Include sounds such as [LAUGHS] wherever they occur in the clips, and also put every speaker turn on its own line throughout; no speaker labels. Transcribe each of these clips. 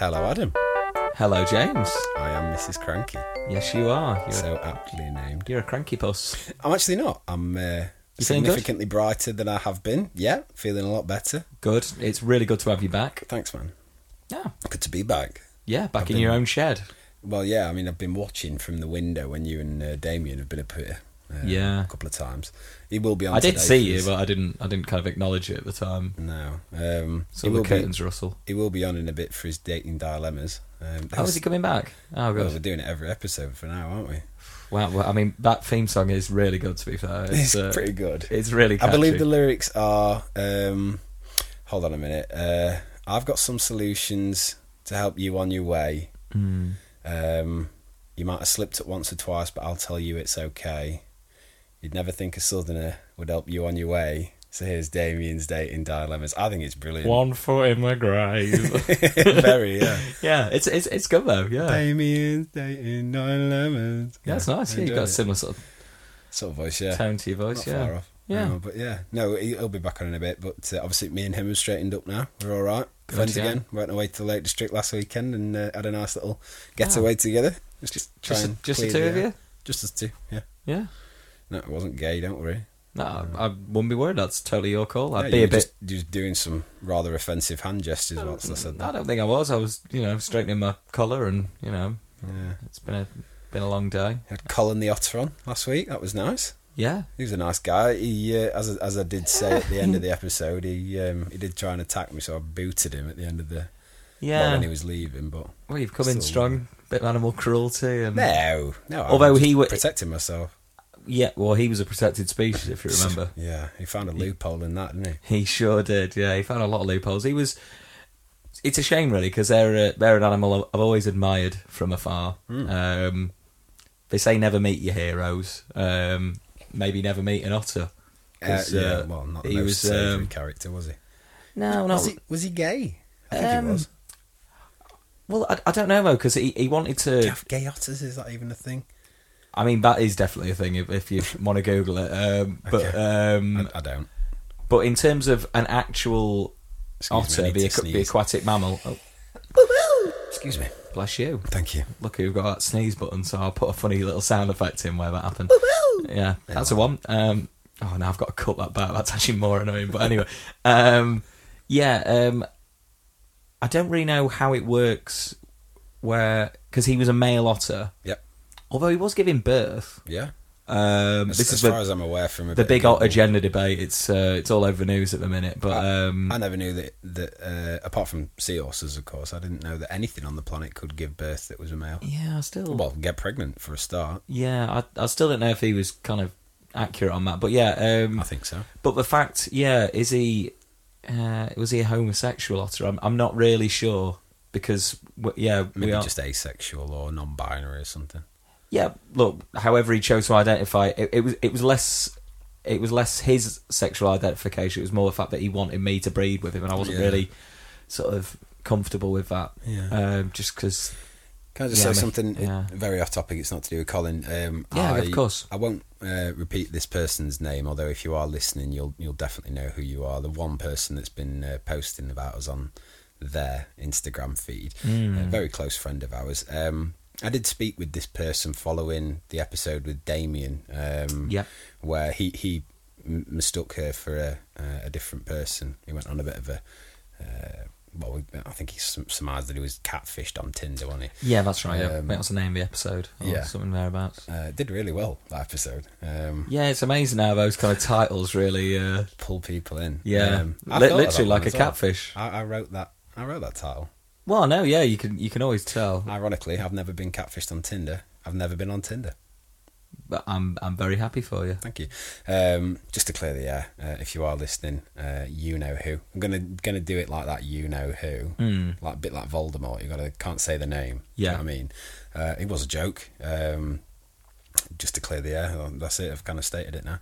Adam.
Hello, James.
I am Mrs. Cranky,
Yes, you are. You're,
so aptly named.
you're a cranky puss.
I'm actually not. I'm uh,
feeling good?
significantly brighter than I have been. Yeah, feeling a lot better.
Good. It's really good to have you back.
Thanks, man.
Yeah.
Good to be back.
Yeah, back in your own shed.
Well, yeah, I mean, I've been watching from the window when you and uh, Damien have been up here. Uh,
Yeah.
a couple of times. He will be on.
I did
today
see
for
you,
this-
but I didn't. I didn't kind of acknowledge it at the time.
no. Um,
So
he
the
will
curtains
be.
rustle.
He will be on in a bit for his dating dilemmas. Um,
How is he coming back?
well,
Oh,
we're
good.
doing it every episode for now, aren't we?
Wow. well, I mean, that theme song is really good. To be fair,
[LAUGHS] It's,
uh,
pretty good.
It's really. Catchy.
I believe the lyrics are. Um, hold on a minute. Uh, I've got some solutions to help you on your way.
Mm.
Um, you might have slipped it once or twice, but I'll tell you it's okay. You'd never think a southerner would help you on your way. So here's Damien's dating dilemmas. I think it's brilliant.
One foot in the grave.
[LAUGHS] Very yeah.
[LAUGHS] yeah, it's it's it's good though. Yeah.
Damien's dating dilemmas.
Yeah, it's nice.
I
Yeah, you've
enjoyed
got a
it.
similar sort of
sort of voice. Yeah,
tone to your
Not
voice. yeah.
far off.
Yeah.
No, but yeah, no, he- he'll be back on in a bit. But uh, obviously, me and him have straightened up now. We're all right,
Good,
friends
yeah.
again. Went away to the Lake District last weekend and uh, had a nice little getaway together. Just, just, try
Ah. Just the-
and
just the
clear uh,
two of
air.
you.
Just us two. Yeah.
Yeah.
No, it wasn't gay. Don't worry.
No, I I wouldn't be worried. That's totally your call. I'd
Yeah,
be
you
a
were
bit.
just, you were just doing some rather offensive hand gestures once I said
I
that.
don't think I was. I was, you know, straightening my collar, and you know,
Yeah.
it's been a been a long day.
Had Colin the Otter on last week. That was nice.
Yeah,
He was a nice guy. He, uh, as as I did say at the
[LAUGHS]
end of the episode, he um, he did try and attack me, so I booted him at the end of the well,
yeah.
when he was leaving. But
well, you've come in
Still-
strong. Bit of animal cruelty, and
No, no. I
Although
was
he wa-
protecting myself.
yeah, well, he was a protected species, if you remember.
[LAUGHS] Yeah, he found a loophole in that, didn't he?
He sure did. Yeah, he found a lot of loopholes. He was. It's a shame, really, because they're a, they're an animal I've always admired from afar.
Hmm.
Um, they say never meet your heroes. Um, maybe never meet an otter.
Uh,
'Cause,
yeah,
uh,
well, not the
he
most
was,
savoury
um,
character, was he?
No,
Was
not
he? Was he gay? I think
Um,
he was.
well. I, I don't know though, because he, he wanted
Do
to.
you have gay otters? Is that even a thing?
I mean, that is definitely a thing if, if you [LAUGHS] want to Google it. Um, but
Okay.
um,
I, I don't.
but in terms of an actual
Excuse me, I
otter,
need to
the, aqu- the
sneeze.
aquatic mammal. Oh,
Excuse me.
bless you.
Thank you.
Lucky we've got that sneeze button, so I'll put a funny little sound effect in where
[LAUGHS]
that happened. Yeah, that's the one. Um, oh no, I've got to cut that back. That's actually more annoying. But anyway, um, yeah, um, I don't really know how it works. Where because he was a male otter,
Yep.
although he was giving birth.
Yeah.
Um,
As,
this
as
is
far
the,
as I'm aware, from a
the
bit
big
of
otter
Google,
gender debate. It's uh, it's all over the news at the minute. But um,
I never knew that. That uh, apart from sea horses, of course, I didn't know that anything on the planet could give birth that was a male.
yeah, I still
Well, get pregnant for a start.
yeah, I, I still don't know if he was kind of accurate on that. But yeah, um,
I think so.
But the fact, yeah, is he uh, was he a homosexual otter? I'm I'm not really sure because w- yeah,
Maybe
we are.
just asexual or non-binary or something.
yeah, look, however he chose to identify, it, it was it was less. It was less his sexual identification. It was more the fact that he wanted me to breed with him, and I wasn't
Yeah.
really sort of comfortable with that.
Yeah.
Um, just because.
Can I just
Yeah,
say
mate.
something
Yeah.
very off topic? It's not to do with Colin. Um,
Yeah,
I,
of course.
I won't uh, repeat this person's name, although if you are listening, you'll you'll definitely know who you are. The one person that's been uh, posting about us on their Instagram feed,
Mm.
a
uh,
very close friend of ours. Um, I did speak with this person following the episode with Damien, um,
Yep.
where he he m- mistook her for a uh, a different person. He went on a bit of a. Uh, well, we, I think he sum- surmised that he was catfished on Tinder, wasn't he?
Yeah, that's right. Yeah. I
Um,
think that's the name of the episode. Or
yeah.
something thereabouts.
Uh, did really well that episode. Um,
Yeah, it's amazing how those kind of titles really. Uh,
Pull people in.
Yeah.
um,
Li-
I thought of that
literally
one
like
as
a
well.
catfish.
I, I wrote that. I wrote that title.
well, no, yeah, you can you can always tell.
Ironically, I've never been catfished on Tinder. I've never been on Tinder.
But I'm I'm very happy for you.
Thank you. Um, just to clear the air, uh, if you are listening, uh, you know who. I'm gonna gonna do it like that. You know who,
Mm.
like a bit like Voldemort. You gotta can't say the name.
Yeah.
you know what I mean, uh, it was a joke. Um, just to clear the air, uh, that's it. I've kind of stated it now.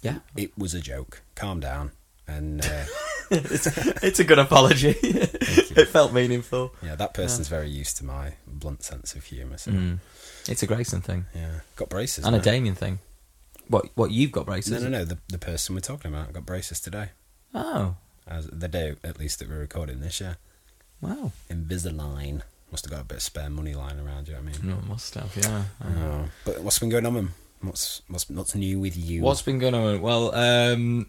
Yeah.
It was a joke. Calm down. And uh,
[LAUGHS] it's, it's a good [LAUGHS] apology. it felt meaningful.
yeah, that person's very used to my blunt sense of humour. So
It's a Grayson thing
yeah, got braces
Mm. and a
now.
Damien thing. What what you've got braces?
No, no, no. The the person we're talking about got braces today.
Oh
As the day, at least, that we're recording this. Yeah,
wow.
Invisalign. Must have got a bit of spare money lying around. Do you know what I mean?
No, it must have, yeah.
Oh. But what's been going on, man? What's what's what's new with you?
What's been going on? Well, um,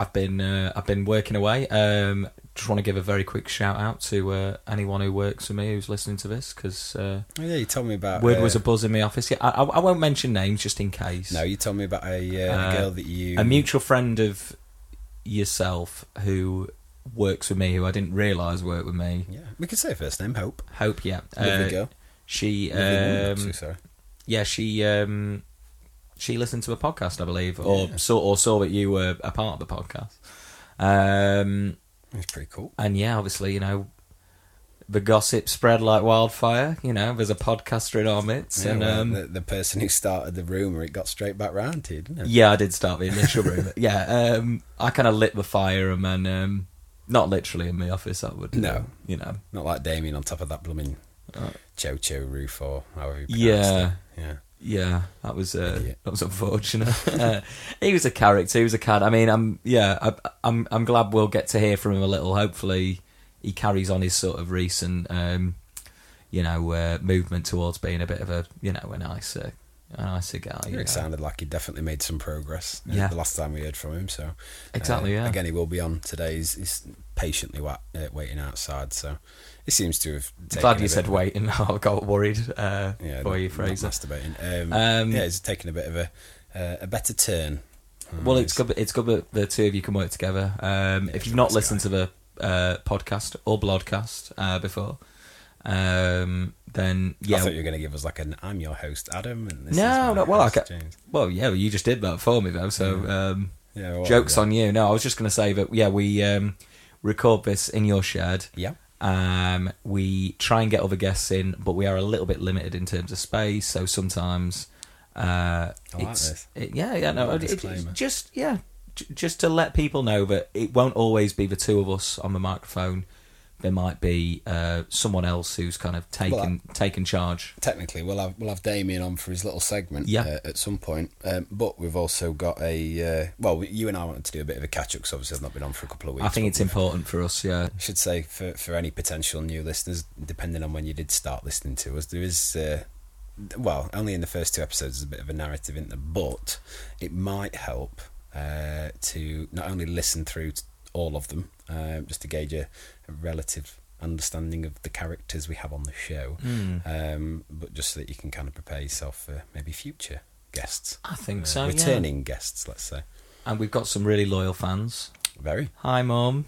I've been uh, I've been working away. Um, just want to give a very quick shout out to uh, anyone who works for me who's listening to this because uh,
Oh yeah, you told me about.
word
uh,
was a buzz in my office. Yeah, I, I, I won't mention names just in case.
No, you told me about a, uh,
Uh,
girl that you.
a mutual friend of yourself who works with me, who I didn't realise worked with me.
Yeah, we could say her first name. Hope.
Hope, yeah,
Lovely
Uh,
girl.
She,
Lovely woman,
um,
actually, sorry.
yeah, she, um, she listened to a podcast, I believe, or
Yeah.
saw or saw that you were a part of the podcast. Um,
It's pretty cool.
and yeah, obviously, you know, the gossip spread like wildfire. You know, there's a podcaster in our midst,
Yeah,
and
well,
um,
the, the person who started the rumor, it got straight back round to you, didn't it?
Yeah, I did start the
[LAUGHS]
initial rumor. Yeah, um, I kind of lit the fire and then, um, not literally in my office, I would.
No.
you know.
Not like Damien on top of that blooming
Uh,
Cho Cho roof or however you pronounce
Yeah,
it. Yeah.
yeah, that was uh,
Idiot.
that was unfortunate. [LAUGHS] uh, he was a character. He was a cad. I mean, I'm yeah, I, I'm I'm glad we'll get to hear from him a little. Hopefully, he carries on his sort of recent, um, you know, uh, movement towards being a bit of a you know a nicer, a nicer guy. you
It
know.
sounded like he definitely made some progress. uh,
Yeah.
The last time we heard from him, so uh,
Exactly, yeah.
Again, he will be on today. He's, he's patiently wa- uh, waiting outside, so he seems to have. Taken
Glad
a
you
bit
said
of a-
wait, and [LAUGHS] I got worried uh,
Yeah,
for
not-
you,
not
Fraser.
masturbating. Um,
Um,
yeah, he's taken a bit of a uh, a better turn.
Well,
Uh,
it's good. It's good that the two of you can work together. Um,
Yeah,
if
it's
you've not
nice
listened to the uh, podcast or blogcast uh, before, um, then
I
yeah,
thought you were going to give us like an "I'm your host, Adam," and this is
no,
my
no. Well, I
host,
ca-
James.
well, yeah, well, you just did that for me though. So um,
Yeah, well,
jokes
yeah.
on you. No, I was just going to say that. Yeah, we um, record this in your shed.
Yeah.
Um, we try and get other guests in, but we are a little bit limited in terms of space. So sometimes, uh,
I like
it's
this.
it- yeah, yeah, no,
Little
it- it-
disclaimer.
it's just yeah, j- just to let people know that it won't always be the two of us on the microphone. There might be uh, someone else who's kind of taken taken charge.
technically we'll have we'll have Damien on for his little segment
Yeah.
uh, at some point. Um, but we've also got a uh, well, you and I wanted to do a bit of a catch up. So obviously, I've not been on for a couple of weeks.
I think
but
it's important for us. Yeah,
I should say for for any potential new listeners, depending on when you did start listening to us, there is. Uh, well, only in the first two episodes is a bit of a narrative in there, but it might help uh, to not only listen through t all of them, um, just to gauge a, a relative understanding of the characters we have on the show,
Hmm.
um, but just so that you can kind of prepare yourself for maybe future guests,
I think so. yeah.
returning guests, let's say.
and we've got some really loyal fans.
Very.
Hi, mum.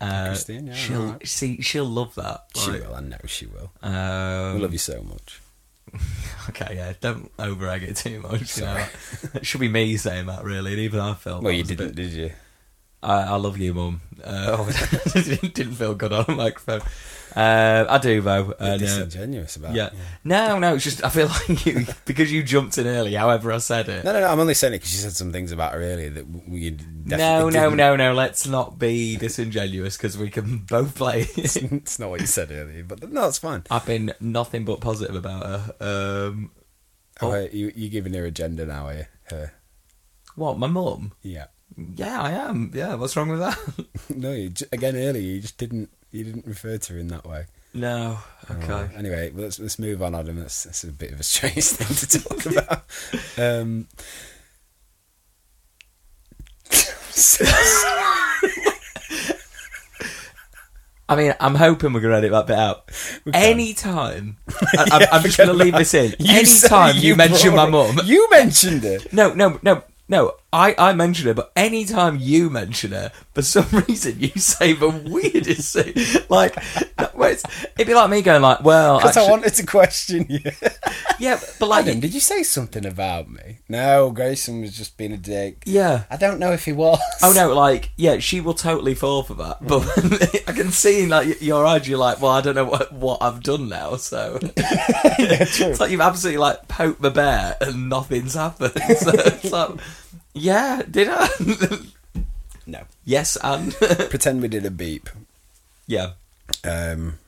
Hi,
Uh,
Christine. Yeah,
she'll
alright.
see. She'll love that.
She
like,
will, I know she will.
Um,
we love you so much.
[LAUGHS] Okay, yeah, don't over egg it too much. You know, it should be me saying that, really. And even I felt.
Well,
that
you
was a
didn't,
bit-
did you?
I, I love you, mum. Uh, [LAUGHS] didn't feel good on a microphone. Uh, I do though.
Bit
and, uh,
disingenuous about
yeah.
yeah.
No, no. It's just I feel [LAUGHS] like you because you jumped in early. However, I said it.
No, no, no. I'm only saying it because you said some things about her earlier that w- we definitely
No, no,
didn't.
no, no. Let's not be disingenuous because we can both play.
[LAUGHS] it's not what you said earlier, but no, it's fine.
I've been nothing but positive about her. Um,
Oh, uh, you, you're giving her agenda now, are you? Her.
what? My mum?
Yeah. [LAUGHS]
Yeah, I am. Yeah, what's wrong with that? [LAUGHS]
No, you, ju- again earlier you just didn't you didn't refer to her in that way.
No. Okay.
Uh, anyway, well, let's let's move on, Adam. That's that's a bit of a strange [LAUGHS] thing to talk
[LAUGHS]
about. Um,
I mean, I'm hoping we're gonna edit that bit out.
can.
Any time, I-
[LAUGHS]
I'm, I'm just
forget
gonna leave this in. Any
said [LAUGHS]
time you, mention my
brought
mum,
her- you mentioned her.
no, no, no, no. I I mention her, but any time you mention her, for some [LAUGHS] reason you say the weirdest thing. Like, that- well, it's- it'd be like me going like, well,
Because I
actually-
wanted to question you. [LAUGHS]
yeah, but like,
Adam, did you say something about me? No, Grayson was just being a dick.
yeah.
I don't know if he was.
Oh no! Like, yeah, she will totally fall for that. But [LAUGHS] I can see in like your eyes, you're like, well, I don't know what, what I've done now. [LAUGHS] So it's like you've absolutely like poked the bear and nothing's happened. [LAUGHS] So it's like, yeah, did I? [LAUGHS]
No.
yes, and [LAUGHS]
Pretend we did a beep.
yeah,
Um,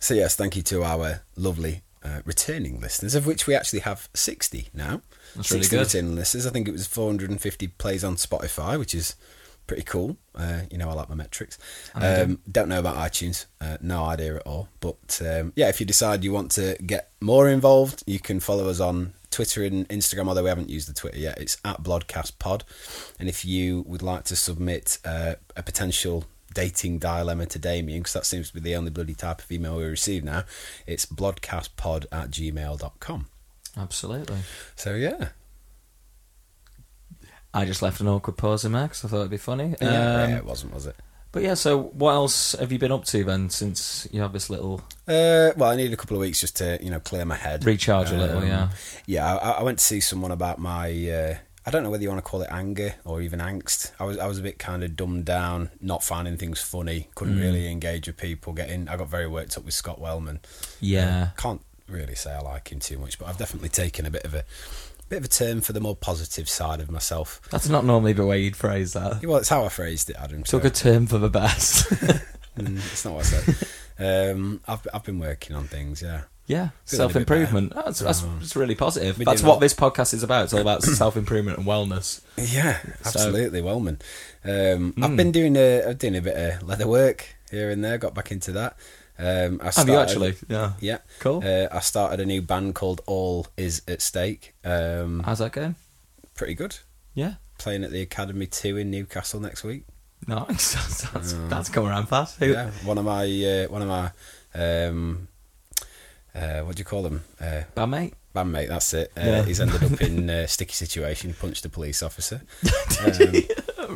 so yes, thank you to our lovely uh, returning listeners, of which we actually have sixty now.
That's really
60
good.
returning listeners. I think it was four hundred and fifty plays on Spotify, which is pretty cool. Uh, you know, I like my metrics. Um, don't know about iTunes, uh, no idea at all. But um, yeah, if you decide you want to get more involved, you can follow us on Twitter and Instagram, although we haven't used the Twitter yet. It's at BlodcastPod. And if you would like to submit uh, a potential dating dilemma to Damien, because that seems to be the only bloody type of email we receive now, it's blodcastpod at gmail.com.
Absolutely.
So yeah.
I just left an awkward pause in there 'cause I thought it'd be funny.
Yeah,
Um,
yeah, it wasn't, was it?
But yeah, so what else have you been up to then since you have this little?
Uh, well, I needed a couple of weeks just to you know clear my head, Um,
Recharge a little, Um, yeah.
yeah. I, I went to see someone about my. Uh, I don't know whether you want to call it anger or even angst. I was I was a bit kind of dumbed down, not finding things funny, couldn't
Mm.
really engage with people. Getting I got very worked up with Scott Wellman.
Yeah.
Can't really say I like him too much, but I've definitely taken a bit of a bit of a turn for the more positive side of myself.
That's not normally the way you'd phrase that.
Well, it's how I phrased it, Adam. so-
Took a turn for the best.
Mm, it's not what I
[LAUGHS]
said. um, I've I've been working on things. Yeah.
yeah,
Feeling a bit
self improvement. That's, that's, that's really positive.
We
That's
do
what
that.
this podcast is about. It's all about [COUGHS] self improvement and wellness.
Yeah, absolutely, Wellman. Um,
Hmm.
I've been doing a, I've doing a bit of leather work here and there. Got back into that. Um, I
Have you
started-
actually? Yeah.
Yeah,
Cool.
Uh, I started a new band called All Is at Stake. Um,
How's that going?
pretty good.
Yeah.
Playing at the Academy Two in Newcastle next week.
Nice. [LAUGHS] That's, that's, that's come around fast. Who-
Yeah, one of my uh, one of my um, uh, what do you call them? Uh,
Bad mate.
bandmate. That's it. Uh,
Yeah.
He's ended up in a sticky situation. Punched a police officer. Um,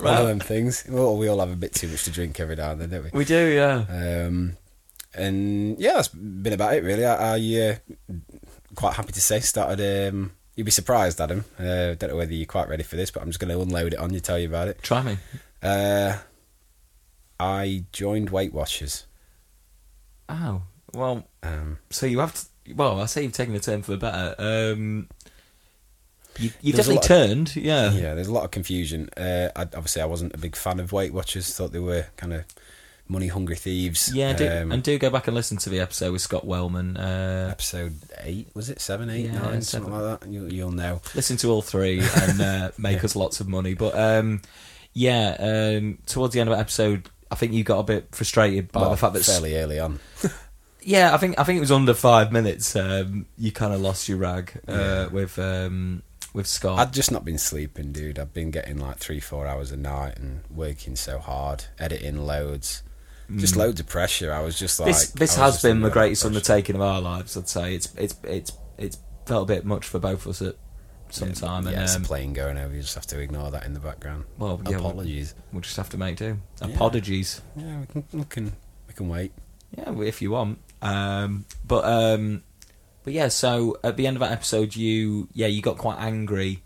One of them things. Well, we all have a bit too much to drink every now and then, don't we?
We do, uh, yeah.
Um, and yeah, that's been about it really. I, I uh, quite happy to say started. Um, you'd be surprised, Adam. Uh, don't know whether you're quite ready for this, but I'm just going to unload it on you. Tell you about it.
Try me.
Uh, I joined Weight Watchers.
Oh, well,
Um,
so you have to. Well, I say you've taken a turn for the better. Um, you, you've
There's a
definitely
lot of-
turned, yeah.
yeah, there's a lot of confusion. Uh, I, obviously, I wasn't a big fan of Weight Watchers. Thought they were kind of money hungry thieves.
Yeah, do,
Um,
and do go back and listen to the episode with Scott Wellman. Uh,
episode eight was it seven, eight, nine,
Yeah,
something
seven.
like that. You, you'll know.
listen to all three
[LAUGHS]
and uh, make us lots of money. But um, yeah, um, towards the end of the episode, I think you got a bit frustrated by
Well,
the fact that
fairly early on.
yeah, I think I think it was under five minutes. Um, you kind of lost your rag uh, with um, with Scott.
I'd just not been sleeping, dude. I've been getting like three, four hours a night and working so hard, editing loads, just loads of pressure. I was just like,
Mm. this this
I was
has
just
been
under a
the
lot of
greatest
pressure.
undertaking of our lives. I'd say it's it's it's it's felt a bit much for both of us at some time,
Yeah, it's a
and um,
plane going over. You just have to ignore that in the background.
Well, yeah, well-
apologies.
we'll just have to make do. Apologies,
Yeah, we can, we can, we can wait.
yeah, well, if you want. Um, but um, but yeah, so at the end of that episode, you yeah you got quite angry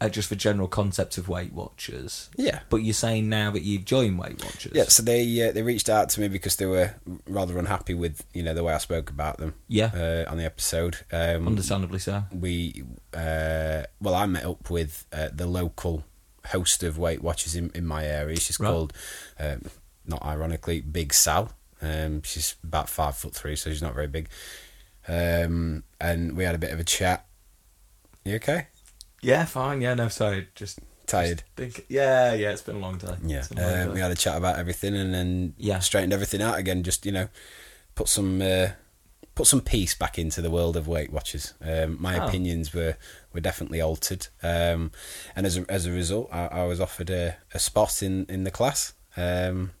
at just the general concept of Weight Watchers.
Yeah.
but you're saying now that you've joined Weight Watchers.
Yeah, so they uh, they reached out to me because they were rather unhappy with you know the way I spoke about them.
Yeah.
uh, on the episode. Um,
understandably so.
we uh, well I met up with uh, the local host of Weight Watchers in, in my area. She's
Right.
called, um, not ironically, Big Sal. Um, she's about five foot three, so she's not very big. Um, and we had a bit of a chat. You okay?
Yeah, fine. Yeah, no, sorry, just
Tired?
think. Yeah, yeah, it's been a long time.
Yeah.
It's been a long
Uh,
time.
we had a chat about everything, and then
Yeah.
straightened everything out again. Just you know, put some. Uh, Put some peace back into the world of Weight Watchers. Um, my
Oh.
opinions were, were definitely altered, um, and as a, as a result, I, I was offered a, a spot in, in the class. Um,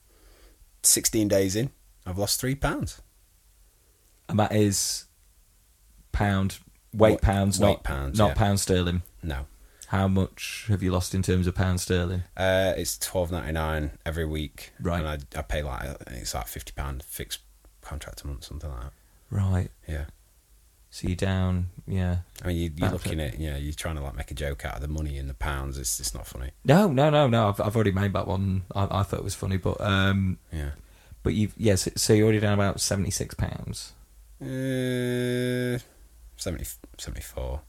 Sixteen days in, I've lost three pounds.
and that is pound weight
What-
pounds,
weight
not
pounds,
not
yeah.
pound sterling.
No,
How much have you lost in terms of pound sterling?
uh, it's twelve ninety nine every week,
Right.
And I, I pay like it's like fifty pound fixed contract a month, something like that.
Right.
Yeah,
So you're down. Yeah.
I mean, you, you're
That's
looking at yeah, you're trying to like make a joke out of the money in the pounds. It's it's not funny.
No, no, no, no. I've I've already made that one. I, I thought it was funny, but um,
Yeah.
but you yes. so you're already down about seventy six pounds.
Uh, 70, 74,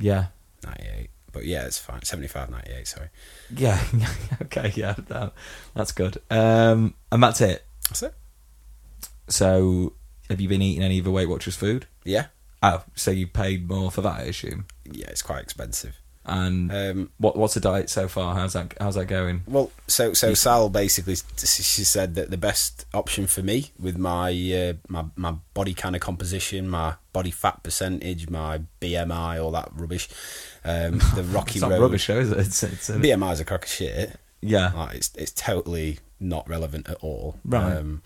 Yeah.
98. But yeah, it's fine. 75, 98, sorry.
Yeah. [LAUGHS] okay. Yeah. that- that's good. Um, and that's it.
That's it.
So have you been eating any of the Weight Watchers food?
Yeah.
Oh, so you paid more for that, I assume.
Yeah, it's quite expensive.
And
Um,
what what's the diet so far? How's that how's that going?
Well, so so Sal basically s- she said that the best option for me with my uh, my my body kind of composition, my body fat percentage, my BMI, all that rubbish,
[LAUGHS]
um, the rocky
It's not
road.
rubbish, though, is it? It's, it's an-
BMI is a crock of shit.
yeah.
Like, it's it's totally not relevant at all.
Right.
Um,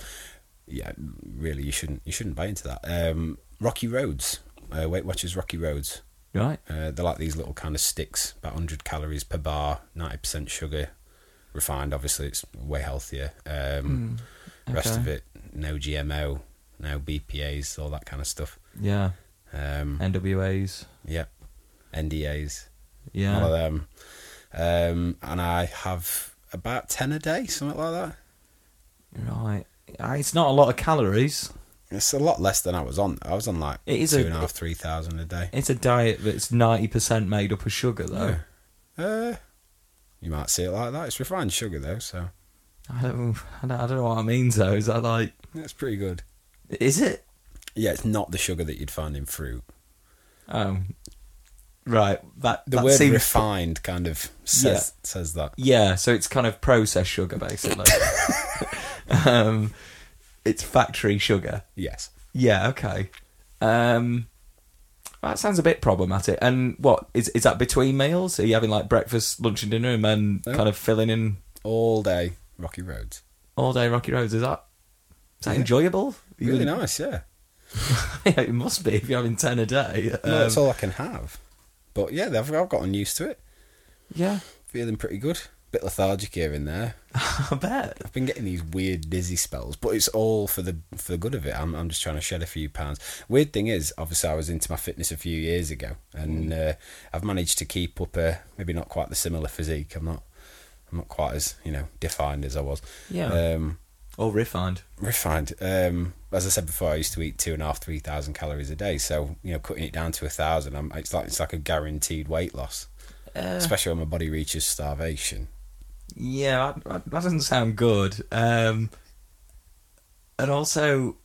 yeah, really, you shouldn't you shouldn't buy into that. Um, Rocky Roads, uh, Weight Watchers Rocky Roads.
Right.
Uh, they're like these little kind of sticks, about 100 calories per bar, 90% sugar, refined. Obviously, it's way healthier. Um, Rest
Hmm, okay.
of it, no GMO, no BPAs, all that kind of stuff.
Yeah.
Um,
Eh. NWAs.
yep, NDAs, all of
Yeah.
them. Um, and I have about 10 a day, something like that.
Right. Ah, It's not a lot of calories.
It's a lot less than I was on. I was on like
It is
two
a-
and a half, three thousand a day.
It's a diet that's ninety percent made up of sugar, though.
Yeah. Uh, you might see it like that. It's refined sugar though, so
I don't, I don't, I don't know what I mean. Though is that like,
that's pretty good.
is it?
Yeah, it's not the sugar that you'd find in fruit.
Oh, right. That
The
that
word
seems
refined kind of says says that.
yeah. So it's kind of processed sugar, basically.
[LAUGHS]
um, it's factory sugar.
Yes.
Yeah. Okay. Um, that sounds a bit problematic. And what is is that between meals? Are you having like breakfast, lunch, and dinner, and then
No.
kind of filling in
All day rocky roads.
all day rocky roads? Is that is that
Yeah.
enjoyable? You-
Really nice, yeah.
[LAUGHS] yeah, it must be if you're having ten a day.
No,
Um,
that's all I can have. But yeah, I've, I've gotten used to it.
yeah,
Feeling pretty good. Bit lethargic here and there.
[LAUGHS] I bet.
I've been getting these weird dizzy spells, but it's all for the for the good of it. I'm I'm just trying to shed a few pounds. Weird thing is, obviously, I was into my fitness a few years ago, and
Mm.
uh, I've managed to keep up a maybe not quite the similar physique. I'm not I'm not quite as you know defined as I was.
Yeah.
Um,
All refined.
refined. Um, as I said before, I used to eat two and a half, three thousand calories a day. So you know, cutting it down to a thousand, I'm, it's like it's like a guaranteed weight loss,
Uh,
especially when my body reaches starvation.
Yeah, that, that- that doesn't sound good. Um, and also,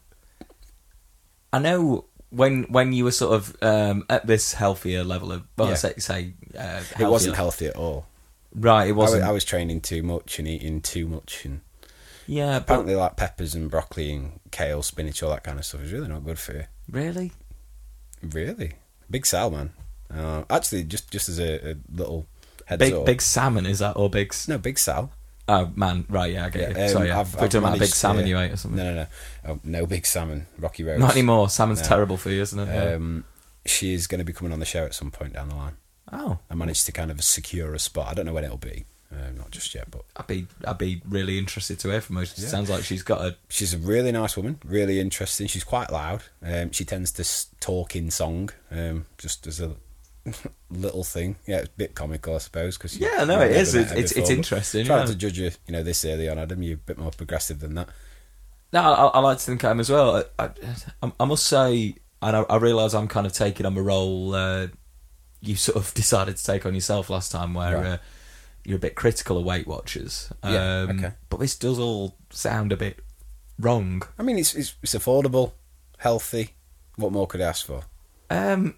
I know when when you were sort of um, at this healthier level of, well,
Yeah.
say, say uh,
It wasn't healthy
healthier-
at all.
right. It
I was,
wasn't.
I was training too much and eating too much and
yeah, but
apparently like peppers and broccoli and kale, spinach, all that kind of stuff is really not good for you.
really,
Really, big Sal man. Uh, actually, just just as a, a little heads
big
up,
big salmon is that or big? s-
no big Sal.
Oh man, right. Yeah, I get
Yeah,
you.
um,
Sorry, yeah.
I've-
we're
I've
talking about big
managed to-
salmon you ate or something.
No, no, no, oh, no big salmon. Rocky Road.
Not anymore. Salmon's
No.
terrible for you, isn't it? Yeah.
Um, she is going to be coming on the show at some point down the line.
oh,
I managed to kind of secure a spot. I don't know when it'll be, uh, not just yet, but
I'd be I'd be really interested to hear from her. It sounds like she's got a
she's a really nice woman, really interesting. She's quite loud. Um, she tends to s- talk in song, um, just as a [LAUGHS] little thing. Yeah, it's a bit comical, I suppose. Cause you-
Yeah, no,
you've
it is.
never met her
It's- it's- it's
before, but
interesting,
Trying
yeah.
to judge you, you know, this early on, Adam, you're a bit more progressive than that.
No, I, I like to think I am as well. I, I, I must say, and I, I realise I'm kind of taking on a role uh, you sort of [LAUGHS] decided to take on yourself last time, where
Right.
uh, you're a bit critical of Weight Watchers. Um,
Yeah, okay.
But this does all sound a bit wrong.
I mean, it's it's, it's affordable, healthy. What more could I ask for?
Um,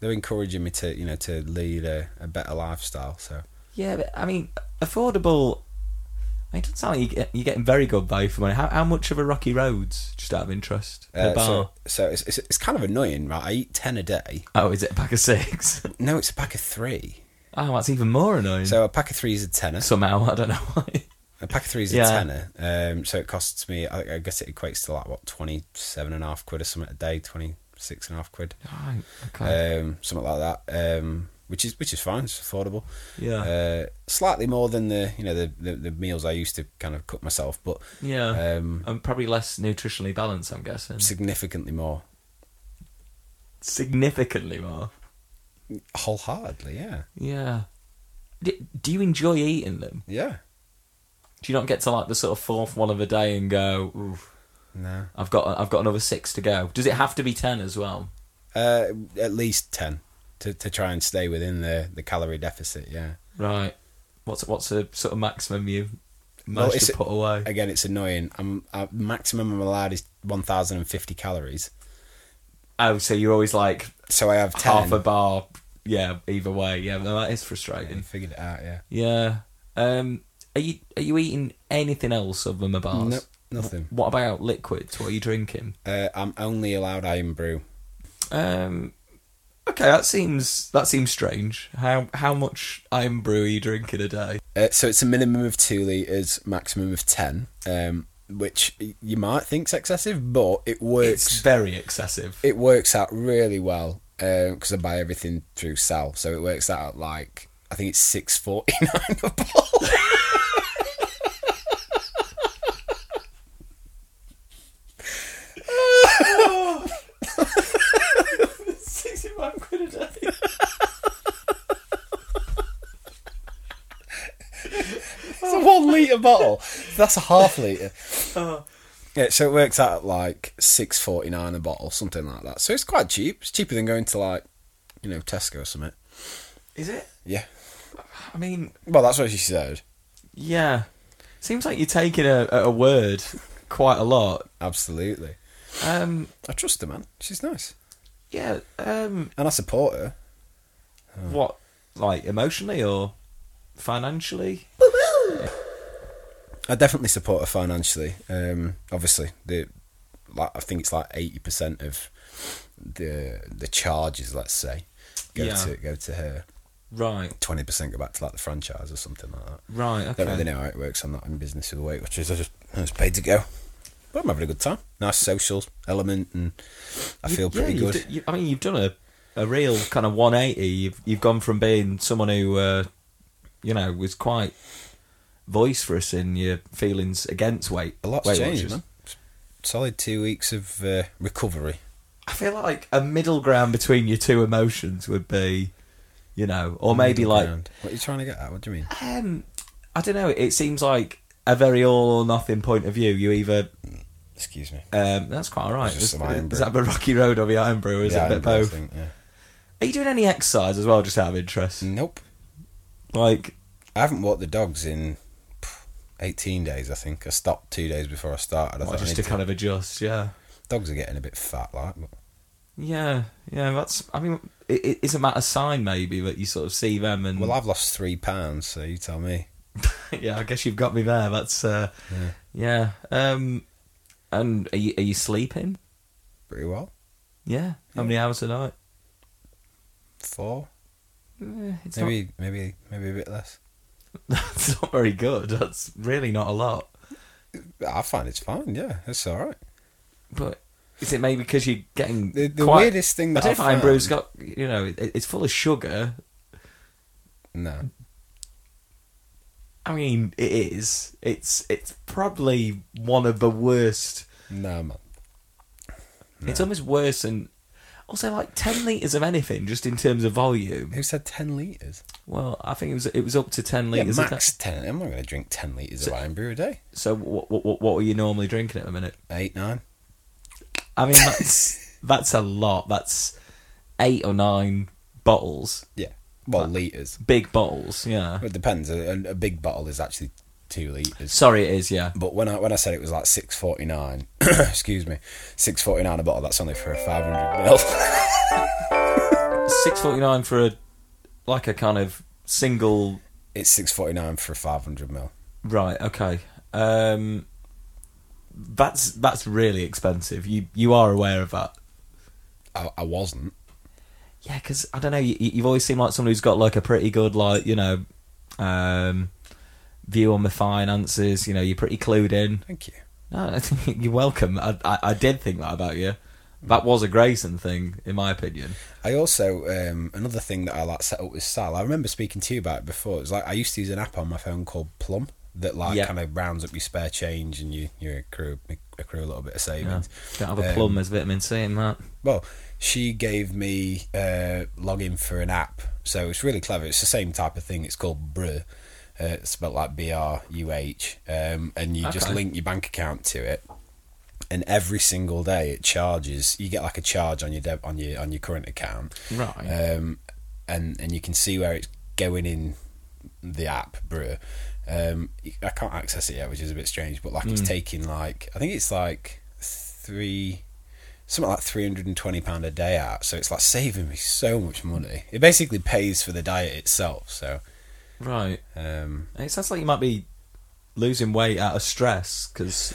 They're encouraging me to, you know, to lead a, a better lifestyle. So
yeah, but, I mean, affordable. I mean, it doesn't sound like you get, you're getting very good value for money. How, how much of a Rocky Roads, just out of interest, per
Uh,
bar?
so, so it's, it's it's kind of annoying, right? I eat ten a day.
oh, is it a pack of six?
No, it's a pack of three.
oh, that's even more annoying.
So a pack of three is a tenner.
Somehow, I don't know [LAUGHS] why.
A pack of three is a
Yeah.
tenner. Um, so it costs me. I, I guess it equates to like what twenty seven and a half quid or something a day. Twenty six and a half quid.
Right, okay.
Um, something like that. Um, which is which is fine. It's affordable.
Yeah.
Uh, slightly more than the you know the, the the meals I used to kind of cook myself, but
Yeah.
um,
and probably less nutritionally balanced, I'm guessing.
significantly more.
Significantly more.
Wholeheartedly, yeah,
Yeah. Do, do you enjoy eating them?
yeah.
Do you not get to like the sort of fourth one of the day and go, Ooh,
No,
I've got I've got another six to go. Does it have to be ten as well?
Uh, at least ten to, to try and stay within the, the calorie deficit. Yeah.
Right. What's what's a sort of maximum you
Well,
managed
it's
to
a-
put away?
Again, it's annoying. I'm uh, maximum I'm allowed is 1,050 calories,
oh, so you're always like
so I have ten.
half a bar yeah, either way, yeah, no, that is frustrating.
You figured it out, yeah.
Yeah. Um, are you are you eating anything else other than the bars?
Nope, nothing.
What about liquids? What are you drinking?
Uh, I'm only allowed iron brew.
Um, okay, that seems that seems strange. How how much iron brew are you drinking a day?
Uh, so it's a minimum of two litres, maximum of 10, um, which y- you might think's excessive, but it
It's
works.
very excessive.
it works out really well because I buy everything through Sal. So it works out at like, I think it's [LAUGHS] 6.49 a bottle.
Sixty-five quid a day.
it's a one litre bottle. That's a half litre.
Oh.
Yeah, so it works out at like six forty nine a bottle, something like that. So it's quite cheap. It's cheaper than going to like, you know, Tesco or something.
[LAUGHS] Is it?
Yeah.
I mean,
Well, that's what she said.
yeah. Seems like you're taking a, a word quite a lot.
Absolutely.
Um,
I trust her, man. She's nice,
yeah. Um,
and I support her.
what, like emotionally or financially?
I definitely support her financially. Um, obviously, the like I think it's like eighty percent of the the charges, let's say, go
Yeah.
to go to her.
Right.
Twenty percent go back to like the franchise or something like that.
Right.
Don't really
Okay.
know how it works. I'm not in business with the Weight Watchers. I just I was paid to go, but I'm having a good time. Nice social element, and I
You-
feel
yeah,
pretty
you've
good.
d- you- I mean, you've done a, a real kind of 180. You've you've gone from being someone who, uh, you know, was quite vociferous in your feelings against weight.
a lot's
Weight
changed,
Watchers.
man. Solid two weeks of uh, recovery.
I feel like a middle ground between your two emotions would be, you know, or maybe like,
Around. what are you trying to get at? What do you mean?
um, I don't know. It seems like a very all or nothing point of view. You either
Excuse me.
um, that's quite all right.
It's just
Is,
some iron
is
brew.
that the rocky road or the iron brew? Is
Yeah,
it a bit
I
both?
think, yeah.
Are you doing any exercise as well, just out of interest?
Nope.
Like,
I haven't walked the dogs in pff, 18 days, I think. I stopped two days before I started. I
Well,
thought I
just
need
to
to-
kind of adjust, yeah.
dogs are getting a bit fat, like. But
Yeah, yeah, that's, I mean, it, it, isn't that a sign maybe that you sort of see them and.
well, I've lost three pounds, so you tell me.
[LAUGHS] yeah, I guess you've got me there. That's, uh, yeah. Um, and are you, are you sleeping?
Pretty well.
Yeah. How many hours a night?
Four,
Eh, It's [LAUGHS]
maybe, maybe, maybe a bit less.
Not, that's not very good. That's really not a lot.
I find it's fine. Yeah, it's all right.
But is it maybe because you're getting
The- the
quite-
weirdest thing that
I don't
I've
know if iron brew's
found-
got you know it, it's full of sugar. [LAUGHS]
No,
I mean, it is. It's it's probably one of the worst.
no, man.
It's almost worse than also like ten liters of anything just in terms of volume.
Who said ten liters?
Well, I think it was it was up to ten
Yeah,
liters.
max ten. I'm not going to drink ten liters of iron brew a day.
So what what what are you normally drinking at the minute?
Eight, nine.
I
[LAUGHS]
mean, that's that's a lot. That's eight or nine bottles,
Yeah, well, liters.
big bottles. Yeah.
It depends. A, a- a big bottle is actually two liters.
Sorry, it is. Yeah.
But when I when I said it was like six forty nine, [COUGHS] excuse me, six forty nine a bottle. That's only for a five hundred mil. [LAUGHS]
Six forty nine for a like a kind of single.
it's six forty nine for a five hundred mil.
Right. Okay. Um. That's that's really expensive. You you are aware of that.
I, I wasn't.
Yeah, because I don't know. You, you've always seemed like someone who's got like a pretty good, like you know, um, view on the finances. You know, you're pretty clued in.
Thank you.
No, I think [LAUGHS] you're welcome. I, I I did think that about you. That was a Grayson thing, in my opinion.
I also um, another thing that I like set up with Sal. I remember speaking to you about it before. It's like I used to use an app on my phone called Plum that like
Yeah.
kind of rounds up your spare change and you you accrue accrue a little bit of
Yeah.
savings.
Don't have a
Um,
plum as vitamin C in that.
Well, she gave me uh, login for an app, so it's really clever. It's the same type of thing. It's called Bruh. Uh, it's spelled like B R U H, um, and you just
Okay.
link your bank account to it. And every single day, it charges. You get like a charge on your deb- on your on your current account,
Right.
um, and and you can see where it's going in the app, brew. Um, I can't
Hmm.
access it yet, which is a bit strange. But like, it's taking like I think it's like three something like three hundred and twenty pound a day out. So it's like saving me so much money. It basically pays for the diet itself. So
Right.
um,
It sounds like you might be losing weight out of stress because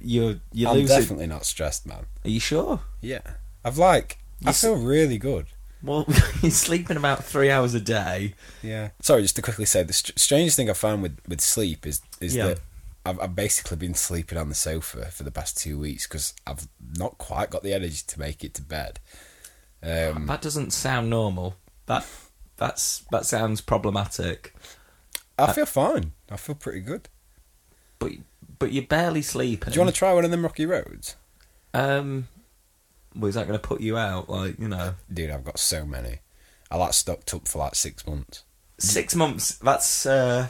you're you
I'm
losing.
definitely not stressed, man.
Are you sure?
Yeah, I've like
You
I
s-
feel really good.
Well, [LAUGHS] you're sleeping about three hours a day.
Yeah. Sorry, just to quickly say, the str- strangest thing I found with with sleep is is
Yeah.
that I've, I've basically been sleeping on the sofa for the past two weeks because I've not quite got the energy to make it to bed. Um,
That doesn't sound normal. That that's that sounds problematic.
I feel fine. I feel pretty good.
But but you're barely sleeping.
Do you want to try one of them rocky roads,
Um, was that going to put you out? Like you know,
dude? I've got so many. I like stocked up for like six months.
six months. That's uh,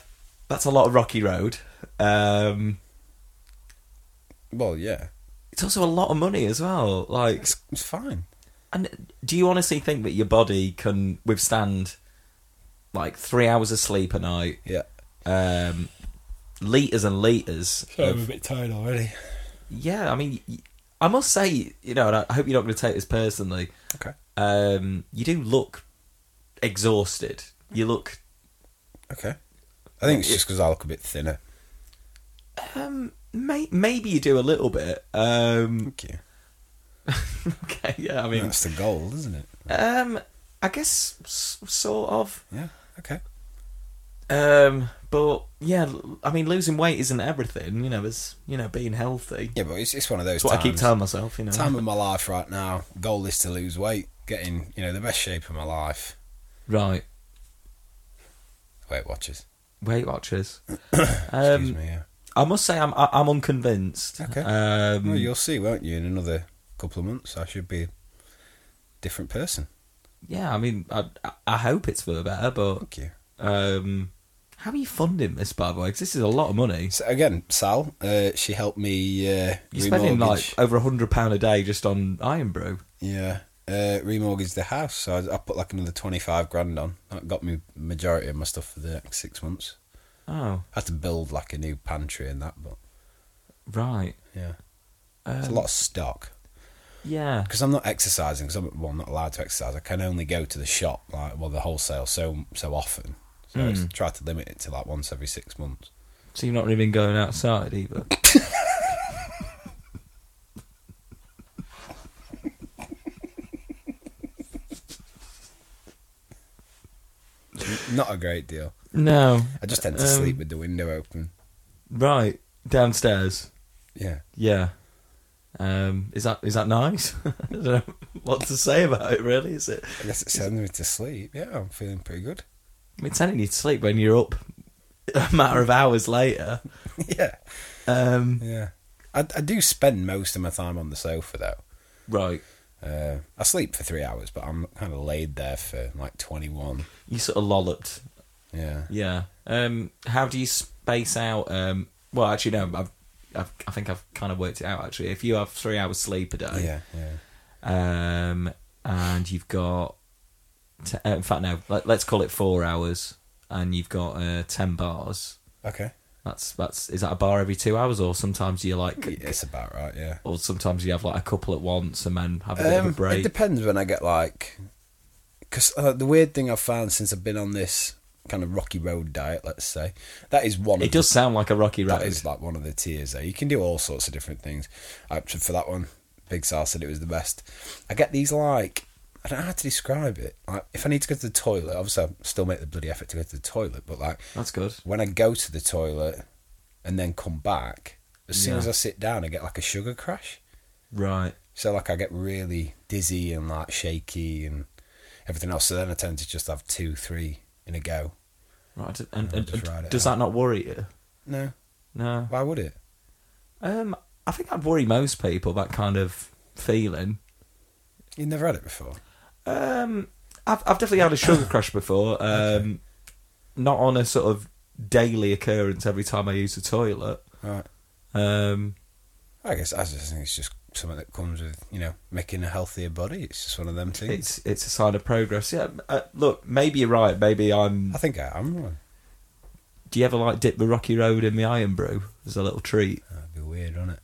that's a lot of rocky road. Um,
Well, yeah,
it's also a lot of money as well. Like,
it's, it's fine.
and do you honestly think that your body can withstand like three hours of sleep a night?
Yeah,
Um, liters and liters of
a bit tired already.
yeah, I mean, y- I must say, you know, and I hope you're not going to take this personally.
Okay,
Um, you do look exhausted. You look.
okay. I think it's just because I look a bit thinner.
Um, may- maybe you do a little bit. Um, [LAUGHS]
Thank you.
okay, yeah. I mean,
That's the goal, isn't it?
um, I guess s- sort of.
Yeah. Okay.
Um, but yeah, l- I mean, losing weight isn't everything. You know, it's you know being healthy.
Yeah, but it's, it's one of those.
That's what I keep
times-
telling myself. You know,
time of my life right now. Goal is to lose weight, get in, you know, the best shape of my life.
right?
Weight Watchers.
Weight [COUGHS] Watchers.
Excuse
um,
me. Yeah.
I must say, I'm I- I'm unconvinced.
Okay.
Um,
Well, you'll see, won't you? In another couple of months, I should be a different person.
yeah, I mean, I, I- I hope it's for the better, but
Thank you.
um, how are you funding this, by the way? 'Cause this is a lot of money.
So again, Sal, uh, she helped me uh,
You're
remortgage.
spending like over a hundred pound a day just on Iron Brew.
yeah. Uh, remortgage the house, so I, I put like another twenty-five grand on. That got me majority of my stuff for the next six months.
Oh,
I had to build like a new pantry and that, but
right.
yeah,
Um,
it's a lot of stock.
Yeah.
because I'm not exercising. Because I'm well, I'm not allowed to exercise. I can only go to the shop, like well, the wholesale, so so often. So I
Mm.
try to limit it to like once every six months.
So you're not really been going outside either.
not a great deal.
No.
I just tend to
Um,
sleep with the window open.
Right downstairs.
Yeah,
Yeah. Um, is that is that nice? [LAUGHS] I don't know what to say about it. Really, is it?
I guess it sends me to sleep. Yeah, I'm feeling pretty good. [LAUGHS]
I mean, it's telling you to sleep when you're up [LAUGHS] a matter of hours later.
yeah,
Um,
yeah. I, I do spend most of my time on the sofa though.
right.
Uh, I sleep for three hours, but I'm kind of laid there for like 21.
You sort of lolloped
Yeah.
Yeah. Um, how do you space out? Um, well, actually, no. I've, I've, I think I've kind of worked it out. Actually, if you have three hours sleep a day,
Yeah, yeah.
um, and you've got, te- uh, in fact, no. Let, let's call it four hours, and you've got uh, ten bars.
Okay.
That's that's is that a bar every two hours, or sometimes you like,
Yeah, it's about right, yeah.
or sometimes you have like a couple at once and then have a bit of a
Um, It
break.
depends when I get like, because uh, the weird thing I've found since I've been on this kind of rocky road diet, let's say, that is one.
it
of
does sound like a rocky
The, that
road.
is like one of the tiers. There, you can do all sorts of different things. I, for that one, Big Sal said it was the best. I get these like. I don't know how to describe it. Like, if I need to go to the toilet, obviously I still make the bloody effort to go to the toilet. But like,
That's good.
when I go to the toilet and then come back, as soon
Yeah.
as I sit down, I get like a sugar crash.
Right.
So like I get really dizzy and like shaky and everything else. So then I tend to just have two, three in a go.
Right. And,
I'll
and,
just write
and
it
does
out.
that not worry you?
No,
No.
why would it?
Um, I think I'd worry most people that kind of feeling.
You've never had it before.
Um, I've I've definitely had a sugar crash before. Um, not on a sort of daily occurrence every time I use the toilet.
Right.
Um,
I guess I just think it's just something that comes with you know making a healthier body. It's just one of them things.
it's it's a sign of progress. Yeah. Uh, look, maybe you're right. Maybe I'm.
I think I am one.
Do you ever like dip the rocky road in the iron brew as a little treat?
That'd be weird, wouldn't it?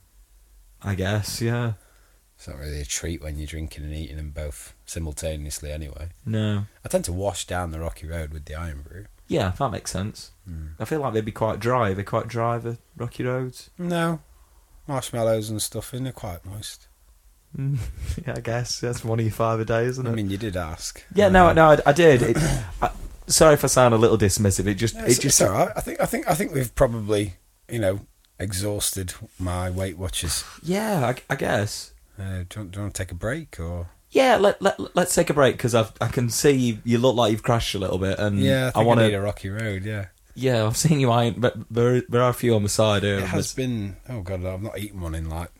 I guess. Yeah.
It's not really a treat when you're drinking and eating them both simultaneously, anyway.
No.
I tend to wash down the rocky road with the iron brew.
Yeah, that makes sense. I feel like they'd be quite dry. They're quite dry, the rocky roads. [LAUGHS]
No, marshmallows and stuff in, they're quite moist.
Mm, yeah, I guess that's one of your five a day, isn't it?
I mean, you did ask.
yeah, no, no, I, I did. It, I, sorry if I sound a little dismissive. It just,
No,
it
it's,
just,
it's all right. I think, I think, I think we've probably, you know, exhausted my Weight Watchers.
yeah, I, I guess.
Uh, do, you, want- do you want to take a break or?
Yeah, let, let let's take a break because I I can see you, you look like you've crashed a little bit, and
Yeah, I,
Mm, I
think I
want
need a
to.
rocky road. Yeah,
Yeah, I've seen you iron, but there there are a few on the side. Who
it has been. Oh god, I've not eaten one in like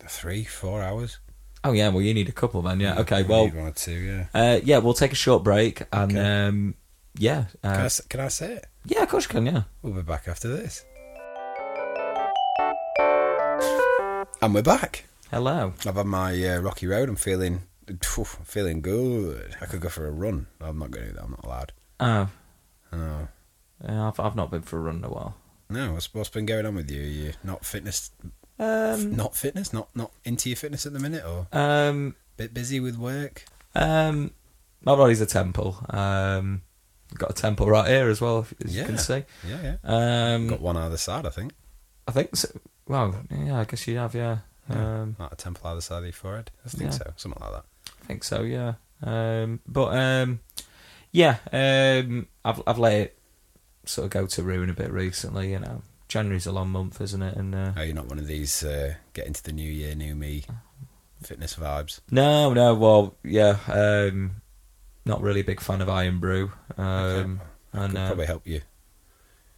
three, four hours.
Oh yeah, well you need a couple then. Yeah, okay.
Mm, I
Well,
need one or two. Yeah.
uh, yeah, we'll take a short break and
Okay.
um, yeah,
Can, I,
uh,
s- can I say it?
yeah, of course you can. Yeah,
We'll be back after this. And we're back.
hello.
I've had my uh, rocky road. I'm feeling, phew, feeling good. I could go for a run. I'm not going to do that. I'm not allowed.
Oh,
Oh.
uh, I've I've not been for a run in a while.
No, what's, what's been going on with you? Are you not fitness,
Um,
not fitness, not not into your fitness at the minute, or
um,
bit busy with work?
um, my body's a temple. Um, got a temple right here as well, as you
Yeah.
can see.
Yeah, yeah.
Um,
Got one either side, I think.
I think. So. Well, yeah, I guess you have. Yeah, um,
Like a temple either side of your forehead. I think
Yeah.
so. Something like that.
I think so. Yeah, um, but um, yeah, um, I've I've let it sort of go to ruin a bit recently. You know, January's a long month, isn't it? And uh,
Oh, you're not one of these uh, get into the new year, new me, fitness vibes.
no, no, well, yeah, um, not really a big fan of Iron Brew. Um,
Could
and uh,
probably help you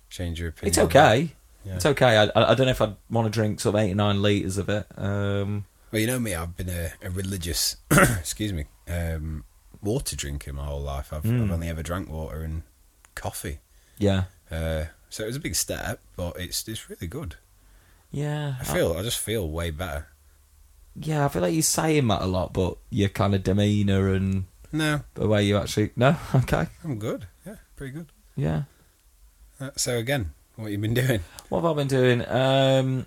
change your opinion.
it's okay.
Yeah.
It's okay. I, I I don't know if I'd want to drink sort of eight or nine litres of it. Um,
Well, you know me. I've been a, a religious, [COUGHS] excuse me, um, water drinker my whole life. I've,
Mm.
I've only ever drank water and coffee.
yeah.
Uh, so it was a big step, but it's it's really good.
Yeah. Uh,
I feel I just feel way better.
yeah, I feel like you're saying that a lot, but your kind of demeanour and
No,
the way you actually. No? [LAUGHS] Okay.
I'm good. Yeah, pretty good.
Yeah.
Uh, so again, what you been doing?
What have I been doing? Um,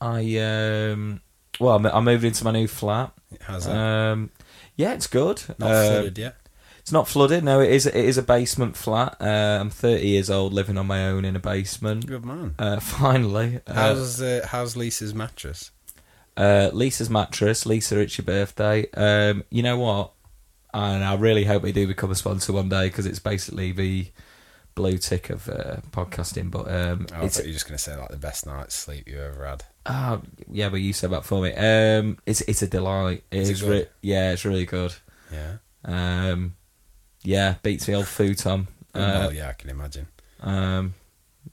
I um, well, I mo- I moved into my new flat.
How's that?
Um, yeah, it's good.
Not
Um,
flooded yet.
It's not flooded. No, it is. It is a basement flat. Uh, I'm 30 years old, living on my own in a basement.
Good man.
Uh, [LAUGHS] finally, uh,
how's uh, how's Lisa's mattress?
uh, Lisa's mattress. Lisa, it's your birthday. Um, you know what? And I really hope we do become a sponsor one day because it's basically the blue tick of uh, podcasting. But um,
Oh, I
it's
thought you were just gonna say like the best night's sleep you ever had.
Oh, yeah, but you said that for me. Um, it's it's a delight.
Is
is
it good?
re- yeah, it's really good.
Yeah.
Um, yeah, beats the old futon. Uh,
well, yeah, I can imagine.
um,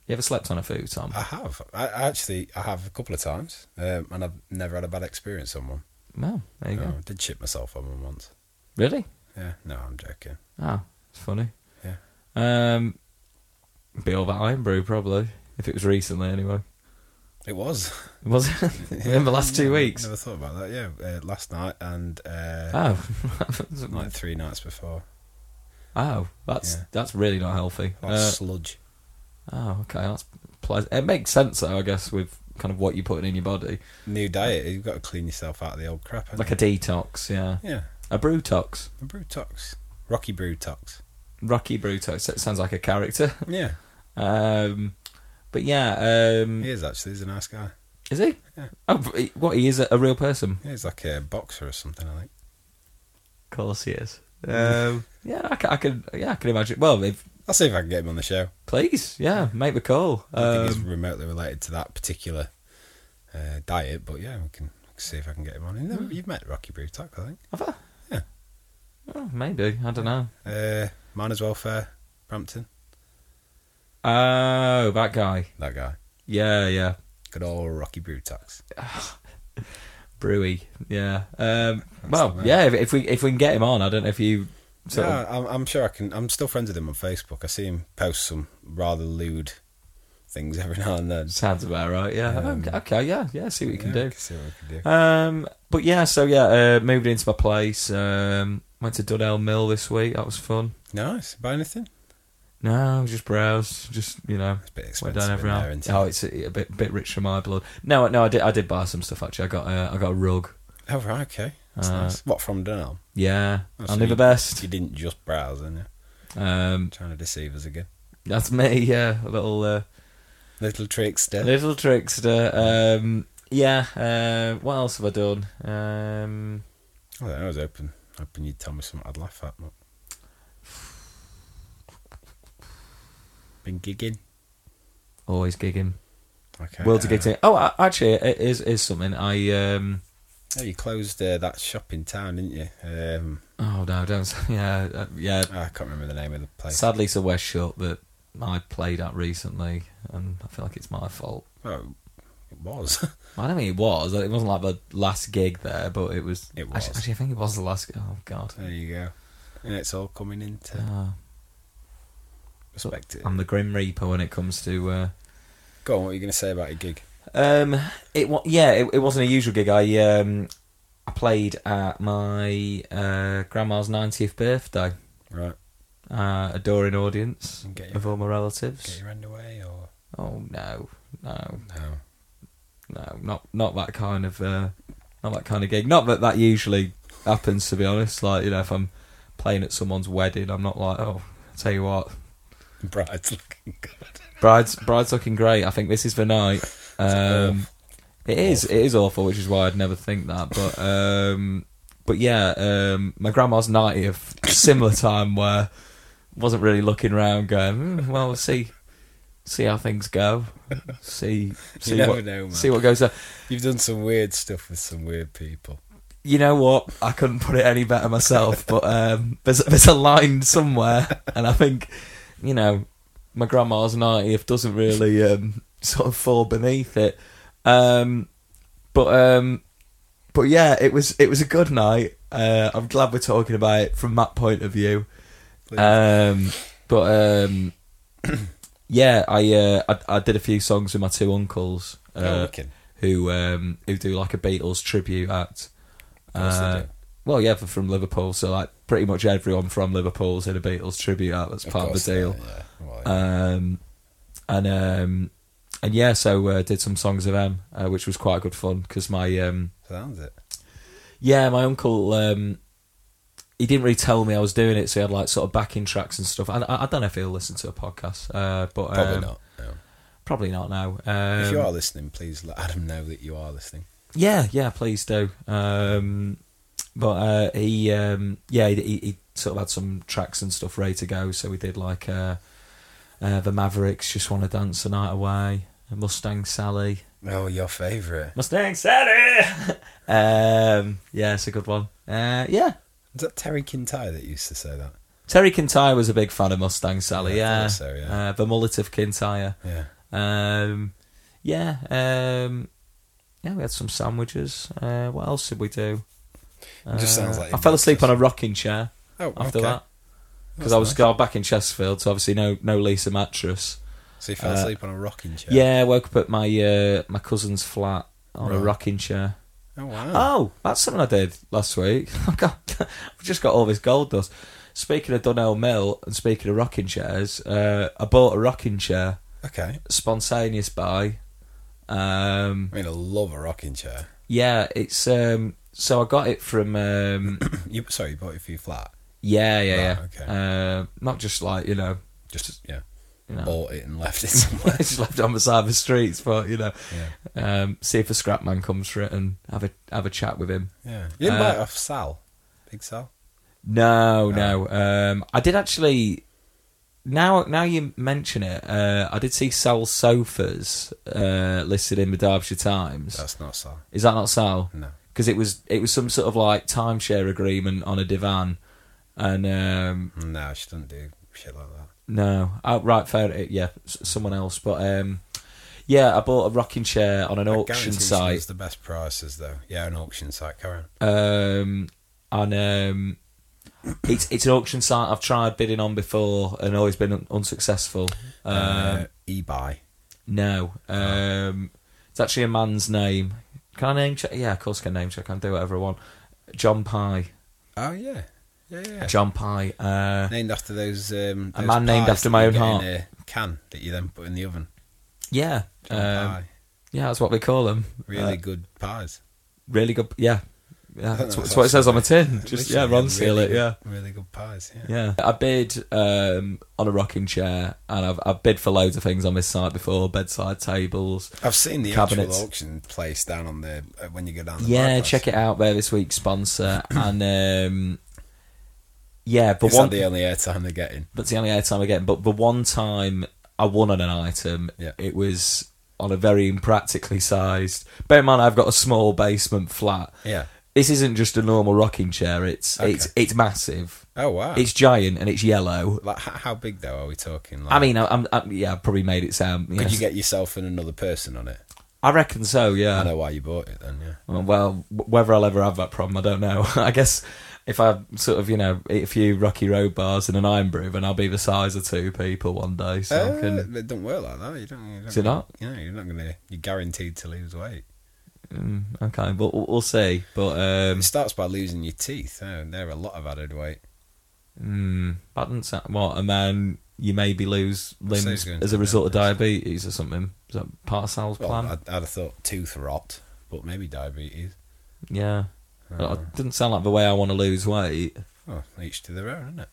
you ever slept on a futon?
I have. I I actually I have a couple of times, um, and I've never had a bad experience on one.
No, there you
No,
go.
I did shit myself on one once.
Really?
Yeah. No, I'm joking.
Oh, it's funny.
Yeah.
Um, be all that iron brew probably if it was recently anyway.
It was
Was
[LAUGHS]
it [LAUGHS] in the last two
Yeah,
weeks?
Never thought about that. Yeah, uh, last night and uh,
Oh, [LAUGHS]
like three nights before.
oh, that's
Yeah.
that's really not healthy.
Like
Uh,
sludge.
Oh, okay, that's pleasant. It makes sense, though, I guess, with kind of what you're putting in your body,
New diet. You've got to clean yourself out of the old crap. haven't
like a detox, yeah,
you? yeah,
a brew tox,
a brew tox, rocky brew
[LAUGHS]
tox.
Rocky brew tox. That sounds like a character. [LAUGHS]
Yeah,
Um, but yeah, um,
he is actually. He's a nice guy.
is he?
Yeah.
Oh, but he- what? He is a, a real person.
Yeah, he's like a boxer or something. I think.
Of course, he is. Um, [LAUGHS] yeah, I can, I can, yeah, I can imagine. Well, if
I'll see if I can get him on the show.
please, yeah, make the call.
I don't think he's
Um,
remotely related to that particular uh, diet, but yeah, we can see if I can get him on. You know,
Hmm.
You've met Rocky Brew Tox, I think.
have I?
Yeah.
Oh, maybe I don't know.
Uh, Miners Welfare, Brampton.
Oh, that guy.
That guy.
Yeah, yeah.
Good old Rocky Brew Tox.
Brewy. Yeah. Um,
That's
well,
the man.
yeah. If, if we if we can get him on, I don't know if you. Sort
yeah,
of,
I'm, I'm sure I can. I'm still friends with him on Facebook. I see him post some rather lewd things [LAUGHS] every now and then.
sounds about right. Yeah.
Um,
okay, okay. Yeah. Yeah. See what you can
Yeah,
do.
I see what we can do.
Um. But yeah. So yeah. Uh, moved into my place. Um. Went to Dunelm Mill this week. That was fun.
nice. Buy anything?
No, just browse. Just you know,
It's a bit
went
expensive.
down every
in
hour.
there, isn't it?
Oh, it's a, a bit bit rich for my blood. No, no, I did I did buy some stuff actually. I got a, I got a rug.
Oh, right, okay. That's
Uh,
nice. What from Dunelm?
Yeah,
Oh,
I
so
knew the
you-
best.
You didn't just browse, didn't you?
Um,
Trying to deceive us again.
that's me. [LAUGHS] Yeah, a little. Uh,
Little trickster.
Little trickster. Um, yeah. Uh, what else have I done? Um,
I don't know, Oh, I was hoping, hoping you'd tell me something I'd laugh at. But... Been gigging.
always gigging.
Okay.
World's a
uh,
gig thing. Oh, a- actually, it is is something. I. Um,
Oh, you closed uh, that shop in town, didn't you? Um,
oh no! Don't. say- [LAUGHS] Yeah. uh, Yeah.
I can't remember the name of the place.
Sadly, it's a West shop that I played at recently, and I feel like it's my fault.
oh, it was. [LAUGHS]
I don't think it was. It wasn't like the last gig there, but it was.
It
Actually,
was.
actually, I think it was the last. Oh God.
there you go. And it's all coming into
Uh,
perspective.
I'm the Grim Reaper when it comes to. Uh,
Go on, what are you going to say about your gig?
Um, it wa- yeah, it, it wasn't a usual gig. I um, I played at my uh, grandma's ninetieth birthday.
Right.
Uh, adoring audience
Get your-
of all my
Get
relatives.
your hand away or.
Oh no, no,
No. [LAUGHS]
no, not not that kind of uh, not that kind of gig. Not that that usually happens. To be honest, like you know, if I'm playing at someone's wedding, I'm not like, oh, tell you what,
Bride's looking
[LAUGHS]
good.
bride's bride's looking great. I think this is the night. Um, it is. It is awful, which is why I'd never think that. But um, but yeah, um, my grandma's ninetieth, similar time where wasn't really looking round, going, mm, well, we'll see, see how things go, see see
never
what
know, man.
see what goes on.
You've done some weird stuff with some weird people.
You know what? I couldn't put it any better myself. But um, there's there's a line somewhere, and I think you know my grandma's ninetieth doesn't really um, sort of fall beneath it. Um, but um, but yeah, it was it was a good night. Uh, I'm glad we're talking about it from that point of view.
Please.
Um, but um, [CLEARS THROAT] yeah, I, uh, I I did a few songs with my two uncles
oh,
uh,
wicked.
who um, who do like a Beatles tribute act.
Of course they
Uh,
do.
Well, yeah, for, from Liverpool, so like pretty much everyone from Liverpool's in a Beatles tribute act. That's
Of
part of,
course
the
they
deal.
are, Yeah. Well, yeah.
Um, and um, and yeah, so uh, did some songs of them, uh, which was quite good fun because my um,
Sounds it.
yeah, my uncle um, he didn't really tell me I was doing it, so he had like sort of backing tracks and stuff. I, I, I don't know if he'll listen to a podcast, uh, but um,
Probably not. no.
Probably not now.
if
Um,
you are listening, please let Adam know that you are listening.
Yeah, yeah, please do. Um, but uh, he, um, yeah, he, he, he sort of had some tracks and stuff ready to go. So we did like uh, uh, the Mavericks, just want to dance the night away, Mustang Sally,
Oh, your favourite.
Mustang Sally. [LAUGHS] um, yeah, it's a good one. Uh, yeah,
Is that Terry Kintyre that used to say that?
Terry Kintyre was a big fan of Mustang Sally.
Yeah, I
Yeah,
thought so, yeah.
Uh, the mullet of Kintyre.
Yeah.
Um, yeah, um, yeah, we had some sandwiches. Uh, what else did we do? Uh,
It just sounds like
I fell asleep on
breakfast.
a rocking chair
Oh,
after
okay.
that because
That's
I was
nice.
got back in Chesterfield, so obviously no no Lisa mattress.
So you fell
Uh,
asleep on a rocking chair.
Yeah, I woke up at my uh, my cousin's flat on a
Right.
rocking chair.
Oh wow.
Oh, that's something I did last week. [LAUGHS] I've got, I've just got all this gold dust. Speaking of Dunell Mill and speaking of rocking chairs, uh, I bought a rocking chair,
Okay.
spontaneous buy. Um,
I mean, I love a rocking chair.
yeah, it's um, so I got it from um, [COUGHS]
You sorry, you bought it for your flat.
yeah, yeah, yeah.
Right, okay.
Uh, not just like you know, [LAUGHS]
Just yeah,
you know,
bought it and left it
[LAUGHS]
somewhere.
it's left on the side of the streets, but you know,
yeah.
um, see if a scrap man comes for it and have a have a chat with him.
Yeah. You didn't
Uh,
buy it off Sal, Big Sal.
No,
No.
no. Um, I did actually. Now, now you mention it, uh, I did see Sal Sofas uh, listed in the Derbyshire Times.
That's not Sal.
Is that not Sal?
No.
Because it was it was some sort of like timeshare agreement on a divan, and um,
No, she doesn't do shit like that.
No, oh, right, fair. eh, Yeah, s- someone else. But um, yeah, I bought a rocking chair on an
I
auction
guarantee she
site.
does the best prices though. Yeah, an auction site. Carry on.
Um, and um, it's it's an auction site I've tried bidding on before and always been un- unsuccessful. Um,
Uh, eBay.
no, um, it's actually a man's name. Can I name check? Yeah, of course, I can name check. I can do whatever I want. John Pye.
Oh yeah. Yeah.
John Pie. Uh,
Named after those. Um,
A
those
man named
pies
after
that
my
you
own
get
heart.
In a can that you then put in the oven.
yeah,
John
um,
pie.
yeah, that's what we call Uh, them.
Really good pies.
really good. Yeah, yeah,
I think
that's, what,
that's
that's what it says on the tin.
Literally,
Just yeah, Ron
really
seal it.
good-
Yeah,
Really good pies. Yeah.
yeah. I bid um, on a rocking chair, and I've I've bid for loads of things on this site before: bedside tables.
I've seen the
Cabinets.
actual auction place down on the uh, when you go down. The
Yeah, check it out. There this
[CLEARS THROAT]
week's sponsor, and um, yeah, but
Is
one
that the only airtime they're getting?
That's the only airtime I get. But the one time I won on an item,
Yeah.
it was on a very impractically sized. Bear in mind, I've got a small basement flat.
Yeah.
This isn't just a normal rocking chair. It's
Okay.
it's it's massive.
Oh wow.
It's giant and it's yellow.
like h- how big though are we talking? Like,
I mean, I, I'm, i yeah, I probably made it sound.
could
yes.
you get yourself and another person on it?
I reckon so. Yeah.
I know why you bought it then. Yeah.
Well, Well, w- whether I'll ever have that problem, I don't know. [LAUGHS] I guess if I sort of, you know, eat a few rocky road bars and an iron brew, then I'll be the size of two people one day. So I
Uh,
can.
It don't work like that. You don't. You don't
Is it not?
You know, you're not gonna. You're guaranteed to lose weight.
Mm, okay, but we'll, we'll see. But um,
It starts by losing your teeth. Oh, there are a lot of added weight.
mm, that doesn't sound what. And then you maybe lose
it's
limbs
going
as
to
a
be
result of diabetes or something. Is that part of Sal's
Well,
plan?
I'd, I'd have thought tooth rot, but maybe diabetes.
yeah.
Uh.
It doesn't sound like the way I want to lose weight.
Oh, each to their own, isn't it?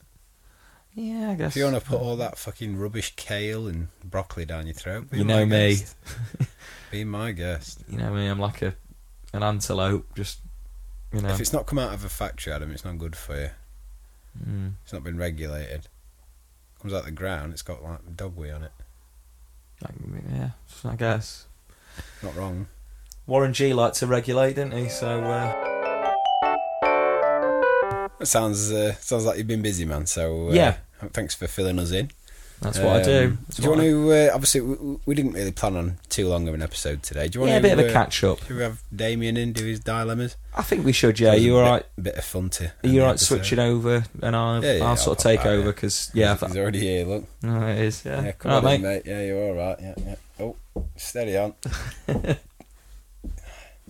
Yeah, I guess.
If you want to put all that fucking rubbish kale and broccoli down your throat, be
You
my
know me. [LAUGHS]
guest. be my guest.
you know me, I'm like a an antelope. Just you know.
If it's not come out of a factory, Adam, it's not good for you.
Mm.
It's not been regulated. Comes out the ground, it's got like dog wee on it.
Like, yeah, I guess.
Not wrong.
Warren G liked to regulate, didn't he? So uh,
That sounds uh, sounds like you've been busy, man. So uh,
Yeah.
thanks for filling us in.
that's what I do.
Um,
That's
Do you
what
want
I-
to? Uh, obviously, we, we didn't really plan on too long of an episode today. Do you want
Yeah, a
to,
bit of a
uh,
catch up.
Should we have Damien in do his dilemmas?
I think we should. Yeah,
It was
you
a
all
bit-
right?
Bit of fun to.
Are you right switching over, and I'll,
Yeah, yeah,
I'll
I'll
sort of
pop
take
back,
over
yeah.
because yeah,
he's,
if I-
he's already here. Look,
[LAUGHS] no, it is. Yeah,
yeah, come
All
on
right,
in,
mate.
mate. Yeah, you're all right. Yeah, yeah. Oh, steady
[LAUGHS]
on.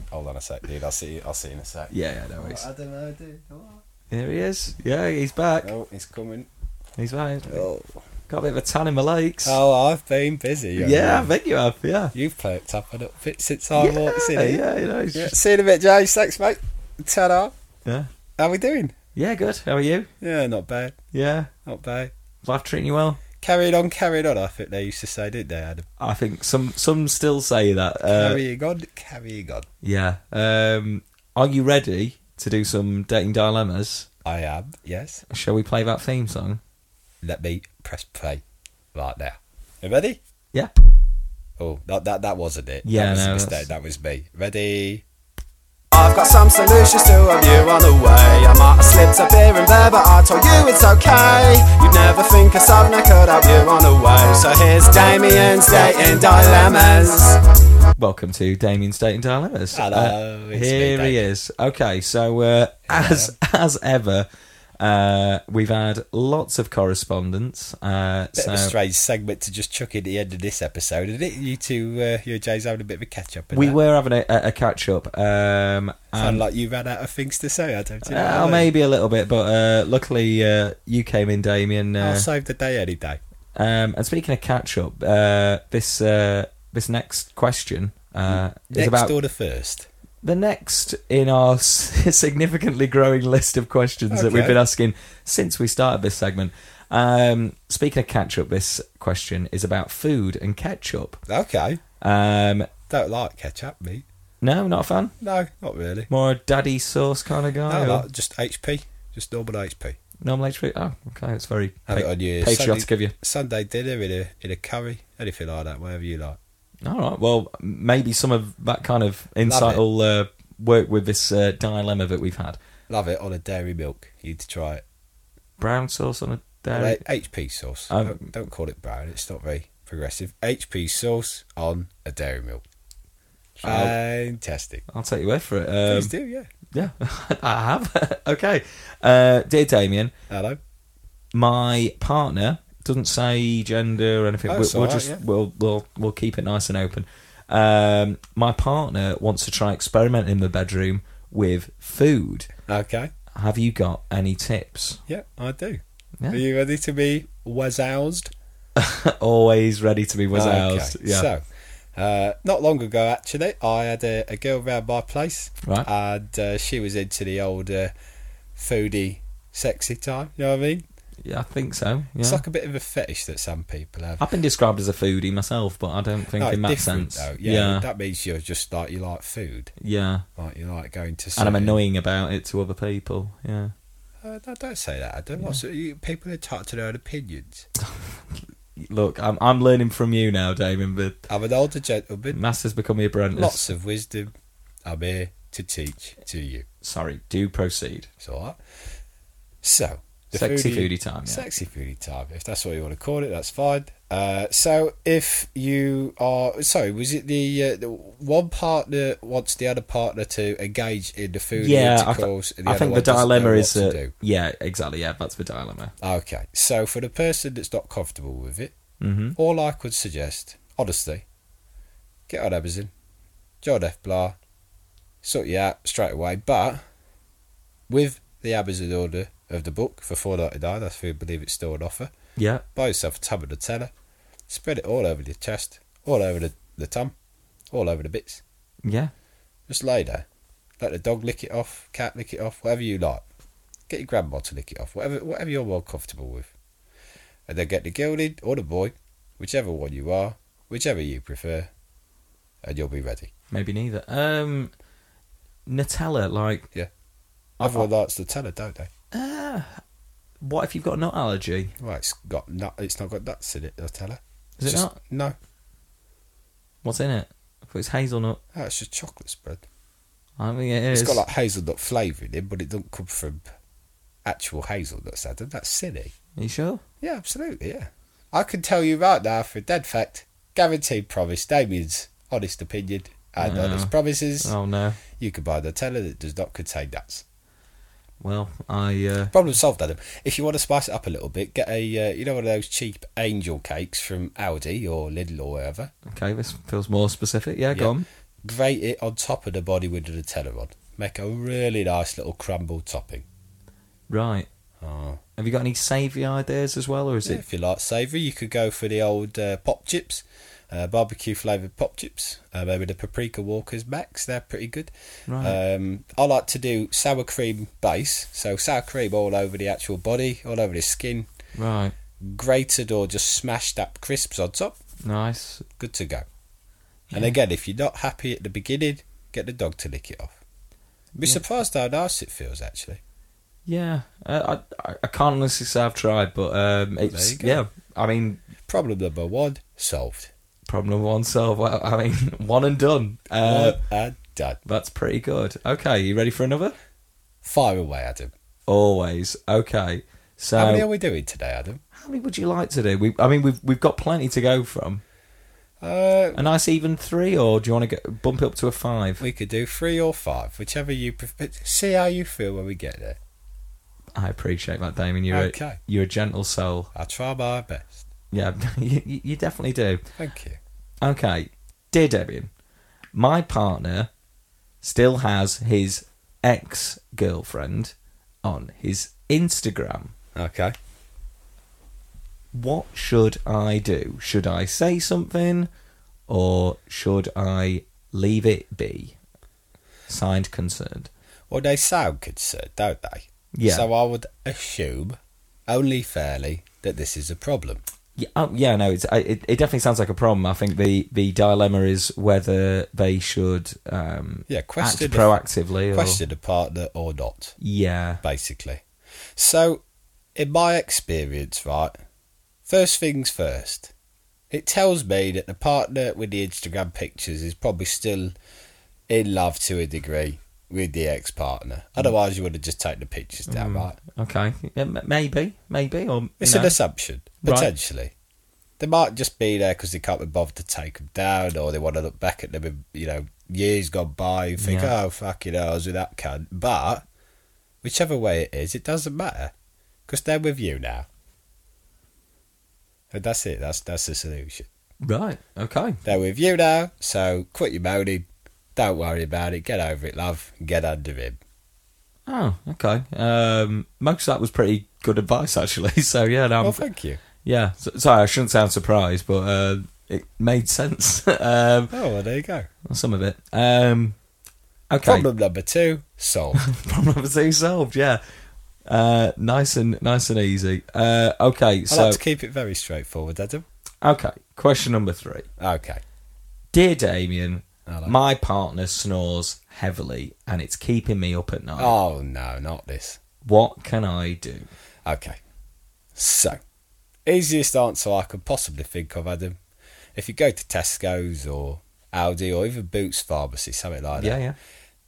Hold on a sec, dude. I'll see. You, I'll see you in a sec.
Yeah, yeah, no worries.
Oh, don't know, dude. Hello?
Here he is. Yeah, he's back.
Oh, he's coming.
He's back.
Oh,
Got a bit of a tan in my legs.
I've been busy.
yeah,
young
I
man.
think you have. Yeah,
you've perked up a little bit since I
yeah,
walked in. here.
yeah, you know, it's
Yeah,
just-
See you in a bit, Jay. Thanks, mate. Ta-da.
yeah,
How we doing?
yeah. Good. How are you?
Yeah, not bad.
Yeah,
Not bad.
life treating you well.
Carried on, carried on. I think they used to say, didn't they, Adam?
I think some some still say that. Uh,
carrying on, carrying on.
yeah. Um, are you ready to do some dating dilemmas?
I am. Yes.
Shall we play that theme song?
Let me press play right now. You ready?
Yeah.
Oh, that that, that wasn't it.
Yeah,
that was
no,
a mistake.
that's-
That was me. Ready?
I've got some solutions to a view on the way. I might have slipped a beer in there, but I told you it's okay. You'd never think of something I could help you on the way. So here's Damien's dating dilemmas.
Welcome to Damien's Dating Dilemmas.
Hello,
Uh,
it's me,
here he
Damien.
is. Okay, so uh, as as ever, uh, we've had lots of correspondence. Uh,
Bit
so
of a strange segment to just chuck in at the end of this episode, isn't it? You two, uh, you and Jay's having a bit of a catch up.
we were having a, a catch up, um,
Sound
and
like you ran out of things to say. I don't. you know what I
uh,
mean?
maybe a little bit, but uh, luckily uh, you came in, Damien.
I'll
Uh,
save the day any day.
um, and speaking of catch up, uh, this uh, this next question uh, is
Next
about
or the first?
The next in our [LAUGHS] s- significantly growing list of questions that we've
Okay.
been asking since we started this segment. Um, speaking of ketchup, this question is about food and ketchup.
Okay.
Um,
Don't like ketchup, me.
no, not a fan.
No, not really.
More a daddy sauce kind of
No,
guy. or
like just HP, just normal HP.
normal HP. Oh, okay. It's very
Have it
pa-
on your
patriotic
Sunday,
of you.
Sunday dinner in a in a curry, anything like that, whatever you like.
All right. Well, maybe some of that kind of insight
it.
will uh, work with this uh, dilemma that we've had.
Love it on a dairy milk. You need to try it.
Brown sauce on a dairy.
Like HP sauce.
Um,
don't, don't call it brown. It's not very progressive. HP sauce on a dairy milk.
I'll-
Fantastic.
I'll take your word for it.
Please
Um,
do, yeah.
Yeah, [LAUGHS] I have. [LAUGHS] okay. Uh, dear Damien,
Hello.
my partner doesn't say gender or anything.
Oh,
we'll,
it's
we'll
alright,
just
yeah.
we'll, we'll we'll keep it nice and open. Um, my partner wants to try experimenting in the bedroom with food.
Okay.
Have you got any tips? [LAUGHS]
Yeah, I do.
Yeah.
Are you ready to be wazoused?
Always ready to be was oused.
Okay,
Yeah.
So, uh, not long ago, actually, I had a, a girl round my place,
Right.
and uh, she was into the old uh, foodie, sexy time. You know what I mean?
yeah, I think so. Yeah.
It's like a bit of a fetish that some people have.
I've been described as a foodie myself, but I don't think
No,
in that
different,
sense.
though.
yeah.
that means you're just like you like food,
yeah.
like you like going to.
And I'm
certain-
annoying about it to other people. Yeah.
Uh, no, don't say that. Adam. What's- you- people are entitled to their own opinions.
Look, I'm I'm learning from you now, Damon, but
I'm an older gentleman,
Master's become the apprentice.
lots of wisdom. I'm here to teach to you.
Sorry, do proceed.
It's all right. So,
Sexy foodie time, yeah.
Sexy foodie time. If that's what you want to call it, that's fine. Uh, so, if you are sorry, was it the, uh, the one partner wants the other partner to engage in the food
yeah, I, th-
intercourse? and
I
other
think the
one doesn't know
dilemma
what
is
to
that.
do?
Yeah, exactly. Yeah, that's the dilemma.
Okay, so for the person that's not comfortable with it,
Mm-hmm.
all I could suggest, honestly, get on Amazon, John F. Blah, sort you out straight away. But with the Amazon order of the book for four ninety nine, that's if you believe it's still on offer.
Yeah.
Buy yourself a tub of Nutella, spread it all over your chest, all over the, the tum, all over the bits.
Yeah.
Just lay there. Let the dog lick it off, cat lick it off, whatever you like. Get your grandma to lick it off, whatever whatever you're more comfortable with. And then get the girl in or the boy, whichever one you are, whichever you prefer, and you'll be ready.
Maybe neither. Um, Nutella, like,
Yeah.
I-
Everyone likes Nutella, don't they?
uh, what if you've got a nut allergy?
Well, it's got nut, it's not got nuts in it, Nutella.
Is it
It's just-
not?
No,
What's in it? If it's hazelnut,
no, it's just chocolate spread.
I mean, it
It's
is.
got like hazelnut flavour in it, but it doesn't come from actual hazelnuts, Adam. That's silly.
Are you sure?
Yeah, absolutely, yeah. I can tell you right now for a dead fact, guaranteed promise, Damien's honest opinion and
Oh.
honest promises,
Oh no.
you can buy a Nutella that does not contain nuts.
Well, I. Uh,
Problem solved, Adam. If you want to spice it up a little bit, get a, uh, you know, one of those cheap angel cakes from Aldi or Lidl or wherever.
okay, this feels more specific. Yeah, go
Yeah.
on.
Grate it on top of the body with the Nutella on. Make a really nice little crumble topping.
Right.
Oh.
Have you got any savoury ideas as well, or is
Yeah,
it?
if you like savoury, you could go for the old uh, pop chips, uh, barbecue flavoured pop chips. Uh, maybe the paprika walkers max, they're pretty good.
Right.
Um, I like to do sour cream base, so sour cream all over the actual body, all over the skin,
Right.
grated or just smashed up crisps on top.
Nice.
Good to go. And again, if you're not happy at the beginning, get the dog to lick it off. Be
Yeah.
surprised how nice it feels actually.
Yeah, uh, I I- I can't honestly say I've tried, but um,
you
it's
go.
yeah. I mean,
Problem number one solved.
problem number one solved. Well, I mean, [LAUGHS] one and done. Uh,
One and done.
That's pretty good. Okay, you ready for another?
Fire away, Adam.
Always. Okay. So,
How many are we doing today, Adam?
how many would you like to do? We, I mean, we've we've got plenty to go from.
Uh,
A nice even three, or do you want to get, bump it up to a five?
we could do three or five, whichever you prefer. See how you feel when we get there.
I appreciate that, Damon. You're a,
Okay.
you're a gentle soul.
I'll try my best.
Yeah, [LAUGHS] you, you you definitely do.
Thank you.
Okay, dear Debian, my partner still has his ex girlfriend on his Instagram.
Okay.
What should I do? Should I say something or should I leave it be? Signed, concerned.
Well, they sound concerned, don't they?
Yeah.
So I would assume, only fairly, that this is a problem.
Yeah, oh, yeah, no, it's, I, it, it definitely sounds like a problem. I think the, the dilemma is whether they should um,
Yeah,
act
question if-
proactively or
Question the partner or not,
yeah,
basically. So, in my experience, right, first things first, it tells me that the partner with the Instagram pictures is probably still in love to a degree with the ex partner. Otherwise, you would have just taken the pictures
Mm.
down, right?
Hmm. Okay, Yeah, m- maybe, maybe, or
It's
you
an
know.
assumption,
Right.
potentially. They might just be there because they can't be bothered to take them down, or they want to look back at them. In, you know, years gone by and think,
Yeah.
"Oh, fucking hell, I was with that cunt." But whichever way it is, it doesn't matter because they're with you now, and that's it. That's that's the solution.
right. Okay,
They're with you now, so quit your moaning. Don't worry about it. Get over it, love. and Get under him.
Oh, okay. Um, most of that was pretty good advice, actually. [LAUGHS] So yeah, no, I'm,
Well, thank you.
yeah. So, sorry, I shouldn't sound surprised, but uh, it made sense. [LAUGHS] um,
Oh, well, there you go.
some of it. Um, okay.
Problem number two solved.
[LAUGHS] Problem number two solved. Yeah. Uh, nice and nice and easy. Uh, okay.
I
So
like to keep it very straightforward, Adam.
okay. Question number three.
Okay.
Dear Damien,
Hello.
my partner snores heavily and it's keeping me up at night.
Oh no, not this.
What can I do?
Okay. So, easiest answer I could possibly think of, Adam. If you go to Tesco's or Aldi or even Boots Pharmacy, something like that.
Yeah, yeah.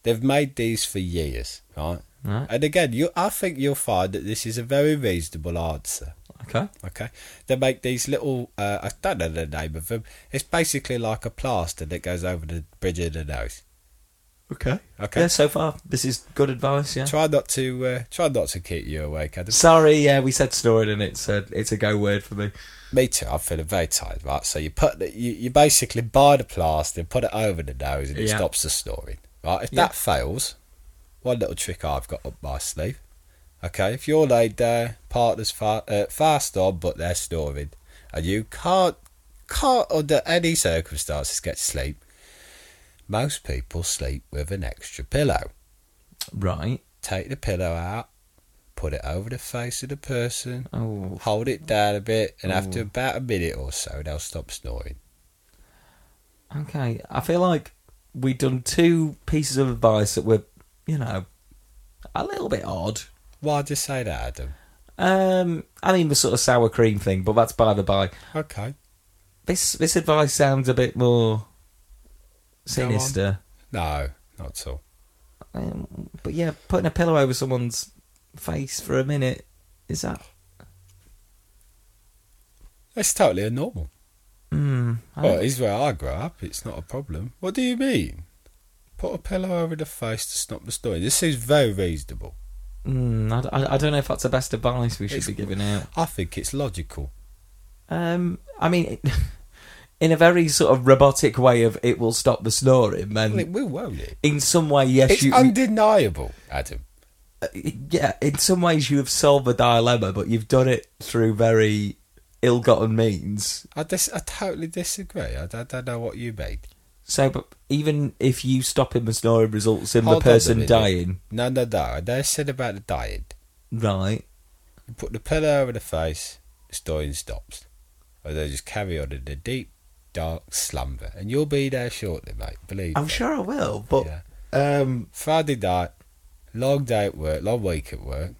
They've made these for years, right?
Right.
And again, you, I think you'll find that this is a very reasonable answer.
Okay.
Okay, they make these little. Uh, I don't know the name of them. It's basically like a plaster that goes over the bridge of the nose.
Okay.
Okay.
Yeah, so far this is good advice, yeah.
Try not to. Uh, try not to keep you awake, Adam.
Sorry, yeah, we said snoring and it's a, it's a go word for me.
Me too. I'm feeling very tired, right? So you put the, you, you basically buy the plaster and put it over the nose, and it
Yeah.
stops the snoring. Right? If
Yeah.
that fails, one little trick I've got up my sleeve. Okay, if you're laid there, partner's fa- uh, fast on, but they're snoring, and you can't can't under any circumstances get to sleep. Most people sleep with an extra pillow.
Right.
Take the pillow out, put it over the face of the person,
Oh.
hold it down a bit, and after about a minute or so, they'll stop snoring.
Okay. I feel like we've done two pieces of advice that were, you know, a little bit odd.
Why'd you say that, Adam?
Um, I mean the sort of sour cream thing, but that's by the by.
Okay.
This this advice sounds a bit more sinister.
No, not at all.
Um, but yeah, putting a pillow over someone's face for a minute is that?
It's totally normal.
Mm, I
Well,
don't-
it is where I grow up. It's not a problem. What do you mean? Put a pillow over the face to stop the snoring. This seems very reasonable.
mm, I d- I, I don't know if that's the best advice we should
It's-
be giving out.
I think it's logical.
Um, I mean, [LAUGHS] it, in a very sort of robotic way of it will stop the snoring,
Well, it
and
will, won't it?
in some way, yes,
It's
you, uh,
undeniable, Adam.
yeah, in some ways you have solved the dilemma, but you've done it through very ill-gotten means.
I, dis- I totally disagree. I don't, don't know what you mean.
So, but even if you stop him and snoring results in
Hold on a
the person
minute.
dying,
No, no, no. I never said about the diet.
right?
You put the pillow over the face, the snoring stops. Or they just carry on in a deep, dark slumber. And you'll be there shortly, mate, believe
I'm
me.
sure I will, but
Yeah.
um,
Friday night, long day at work, long week at work,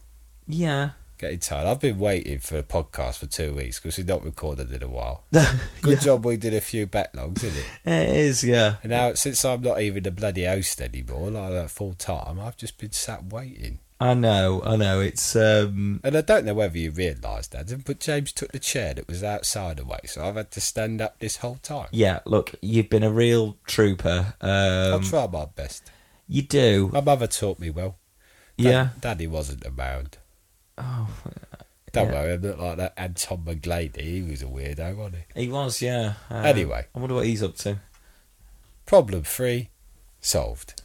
yeah, [LAUGHS]
getting tired. I've been waiting for a podcast for two weeks because we've not recorded in a while. Good
Yeah,
job we did a few backlogs, didn't it?
it is. Yeah,
And now, since I'm not even a bloody host anymore, like that full time, I've just been sat waiting.
I know, I know. It's um,
And I don't know whether you realised, Adam, but James took the chair that was outside away, so I've had to stand up this whole time.
yeah. Look, you've been a real trooper.
I'll
Um,
try my best.
you do,
My mother taught me well. Dad-
yeah.
Daddy wasn't around.
Oh,
Don't
Yeah.
worry, I'm not like that Anton McGlady. He was a weirdo, wasn't he?
he was. Yeah. Uh,
Anyway.
I wonder what he's up to.
Problem three, solved.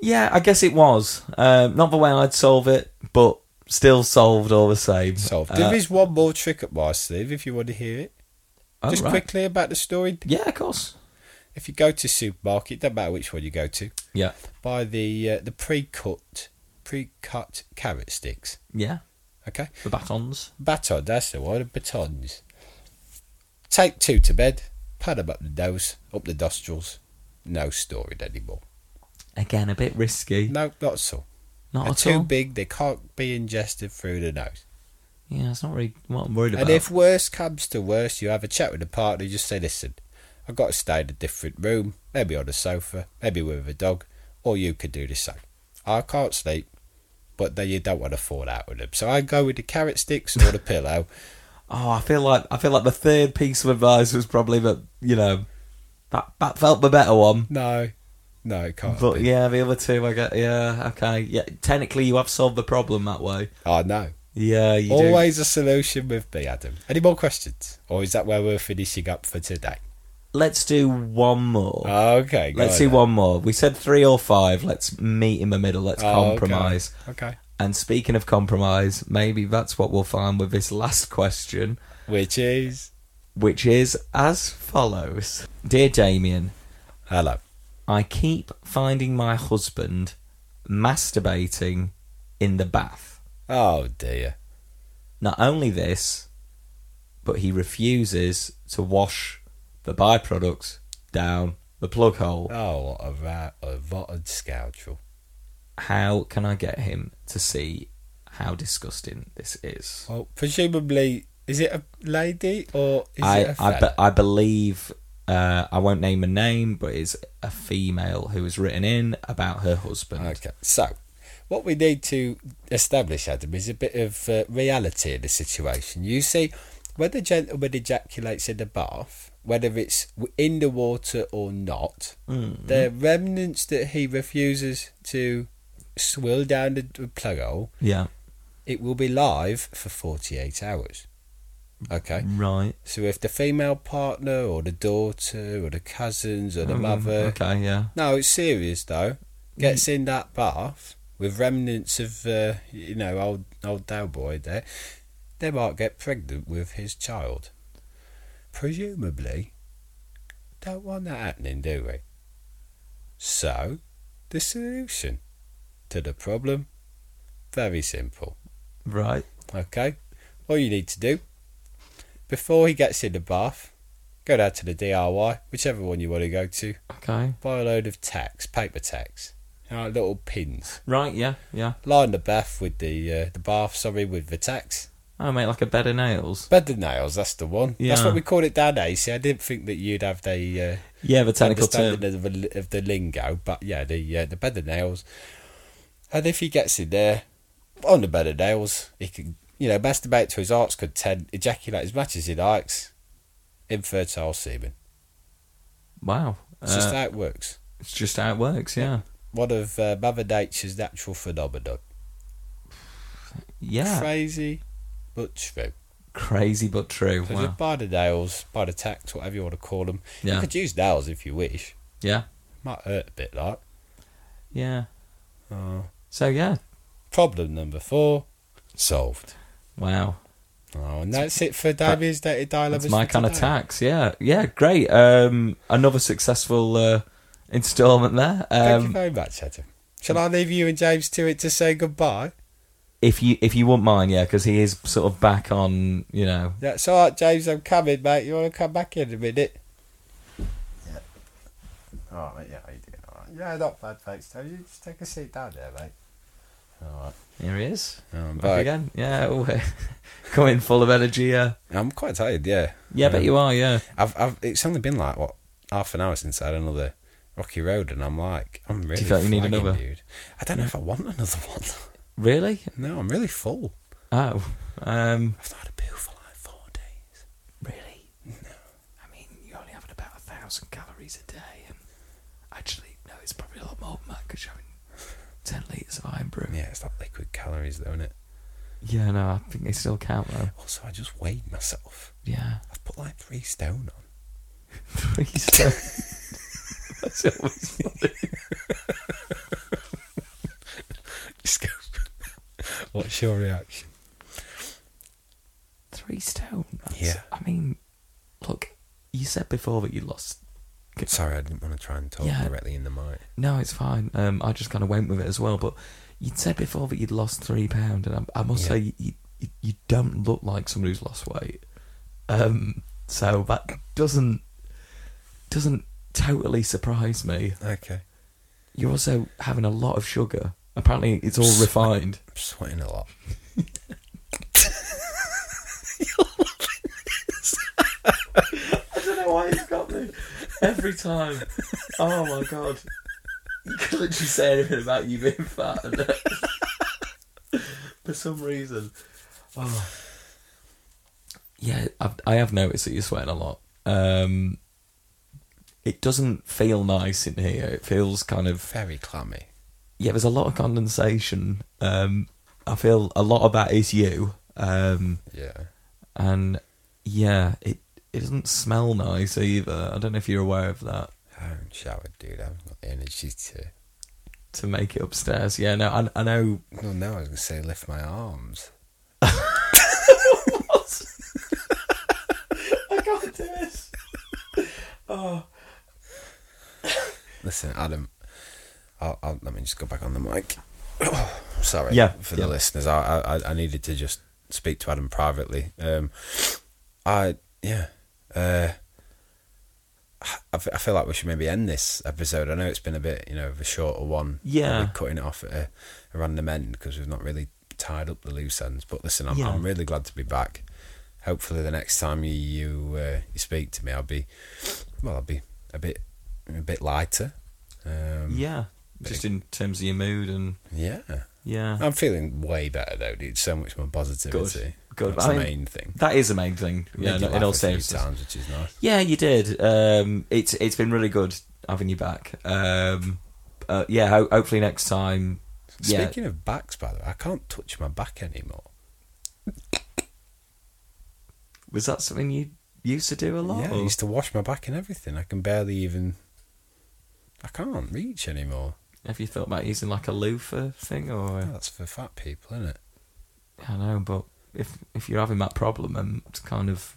Yeah, I guess it was. Um, not the way I'd solve it, but still solved all the same.
Solved.
Uh,
there is one more trick up my sleeve if you want to hear it.
oh,
Just
right.
quickly about the story.
Yeah, of course.
If you go to supermarket, don't matter which one you go to,
Yeah.
buy the uh, the pre-cut pre-cut carrot sticks.
Yeah.
Okay,
The batons.
baton. That's the one. Batons. Take two to bed. Pat them up the nose, up the nostrils. No story anymore.
Again, a bit risky.
No, not so.
Not
They're
at
too
all.
big. They can't be ingested through the nose.
Yeah, it's not really what I'm worried about.
And if worse comes to worse, you have a chat with the partner. You just say, "Listen, I've got to stay in a different room, maybe on a sofa, maybe with a dog, or you could do the same. I can't sleep, but then you don't want to fall out with them. So I go with the carrot sticks
[LAUGHS]
or the pillow.
oh, I feel like I feel like the third piece of advice was probably that you know that that felt the better one.
No, no, it can't.
But
be.
yeah, the other two, I get. Yeah, okay. Yeah, technically, you have solved the problem that way.
I know.
Yeah, you
Always a solution with me, Adam. Any more questions, or is that where we're finishing up for today?
do. let's do one more.
Okay, Ah, go
let's
on
do
then.
one more. We said three or five. Let's meet in the middle. Let's
Oh, okay.
compromise.
Okay.
And speaking of compromise, maybe that's what we'll find with this last question,
Which is
which is as follows Dear Damien,
hello.
I keep finding my husband masturbating in the bath.
Oh dear.
Not only this, but he refuses to wash the byproducts down the plug hole.
Oh, what a rat! A votted scoundrel.
How can I get him to see how disgusting this is?
Well, presumably, is it a lady or is it
I
a
I,
fella?
be, I believe uh, I won't name a name, but it's a female who has written in about her husband.
Okay. So, what we need to establish, Adam, is a bit of uh, reality in the situation. You see, when the gentleman ejaculates in the bath, whether it's w- in the water or not, the remnants that he refuses to swill down the d- plug hole,
Yeah,
it will be live for 48 hours. Okay.
right.
So, if the female partner or the daughter or the cousins or
Mm-hmm.
the mother
Okay, yeah.
no, it's serious though. Gets in that bath with remnants of uh, you know old old Dow boy there. They might get pregnant with his child. Presumably, don't want that happening, do we? So, the solution to the problem, very simple.
Right.
Okay, all you need to do before he gets in the bath, go down to the DIY, whichever one you want to go to
Okay.
buy a load of tacks, paper tacks, you know, like little pins.
Right. Yeah. Yeah.
Line the bath with the uh, the bath, sorry, with the tacks.
I make like a bed of nails.
Bed the nails, that's the one. That's
Yeah.
what we called it down there. You see, I didn't think that you'd have the uh,
Yeah, the technical term.
understanding of the, of the lingo, but yeah, the uh, the bed of nails. And if he gets in there on the bed of nails, he can you know masturbate to his heart's content, ejaculate as much as he likes, infertile semen.
Wow.
It's
Uh,
just how it works.
it's just how it works. Yeah.
One of uh, Mother Nature's natural phenomena.
Yeah.
crazy but true.
Crazy but true.
So
wow.
just buy the nails, buy the tacks, whatever you want to call them. You
Yeah.
could use nails if you wish.
Yeah.
Might hurt a bit, like.
Yeah. So yeah.
Problem number four solved.
Wow.
Oh, and that's it for Davies Dated Dilemmas.
That's my
for
kind of
today.
tax. Yeah. Yeah. Great. Um, another successful uh, installment there.
Thank you
Um,
very much, Adam. Shall I leave you and James to it to say goodbye?
if you if you wouldn't mind, yeah, because he is sort of back on. You know.
That's all right, James. I'm coming, mate. You want to come back in a minute? Yeah. All right, mate. Yeah, how you doing? All right. Yeah, not bad, thanks. You just take a seat down there, mate. All right.
Here he is.
Oh, I'm
Back
back.
again. Yeah. [LAUGHS] oh, Coming full of energy. Yeah.
I'm quite tired, yeah.
Yeah. I bet you are. Yeah.
I've, I've, it's only been like what half an hour since I had another rocky road, and I'm like, I'm really.
feel like you need
flagging,
another?
Dude. I don't know if I want another [LAUGHS] one.
Really?
no, I'm really full.
Oh. Um.
I've not had a pill for like four days.
Really? No. I mean, you're only having about a thousand calories a day, and actually, no, it's probably a lot more than that because you're having ten litres of iron brew.
Yeah, it's like liquid calories, though, isn't it?
Yeah, no, I think they still count though.
Also, I just weighed myself.
Yeah.
I've put like three stone on.
[LAUGHS] Three stone. That's always funny.
Just go. What's your reaction?
Three stone. That's,
Yeah.
I mean, look, you said before that you lost.
Sorry, I didn't want to try and talk
Yeah.
directly in the mic.
No, it's fine. Um, I just kind of went with it as well. But you'd said before that you'd lost three pound, and I, I must
Yeah.
say you, you you don't look like someone who's lost weight. Um, so that doesn't doesn't totally surprise me.
Okay.
You're also having a lot of sugar. Apparently, it's all refined.
I'm sweating a lot.
I don't know why it's got me every time. Oh my god! You could literally say anything about you being fat, and, [LAUGHS] for some reason. Oh. Yeah, I've, I have noticed that you're sweating a lot. Um, it doesn't feel nice in here. It feels kind of
Very clammy.
yeah, there's a lot of condensation. Um, I feel a lot of that is you. Um,
Yeah.
and yeah, it it doesn't smell nice either. I don't know if you're aware of that.
I haven't showered, dude. I haven't got the energy to.
To make it upstairs, yeah. No, I, I
[LAUGHS]
know.
Well, no, I was going to say lift my arms.
I can't do this. Oh,
Listen, Adam, I'll, I'll, let me just go back on the mic. [COUGHS] Sorry,
Yeah,
for
yeah.
the listeners, I, I I needed to just speak to Adam privately. Um, I yeah, uh, I, fe- I feel like we should maybe end this episode. I know it's been a bit, you know, of a shorter one.
Yeah.
Probably cutting it off at a, a random end because we've not really tied up the loose ends. But listen, I'm
Yeah.
I'm really glad to be back. Hopefully, the next time you you, uh, you speak to me, I'll be well, I'll be a bit a bit lighter. Um,
yeah. Just in terms of your mood and
yeah.
yeah.
I'm feeling way better though, dude. So much more positivity.
Good.
That's
I
the
mean,
main thing.
That is a main thing. Yeah,
Made you
no, in
laugh
all
a few
seriousness.
times, which is nice.
Yeah, you did. Um, it's it's been really good having you back. Um, uh, yeah, ho- hopefully next time. Yeah,
Speaking of backs, by the way, I can't touch my back anymore.
was that something you used to do a lot?
Yeah, I
or-
used to wash my back and everything. I can barely even. I can't reach anymore.
Have you thought about using like a loofah thing or?
Oh, that's for fat people, isn't it?
I know, but if if you're having that problem, then it's kind of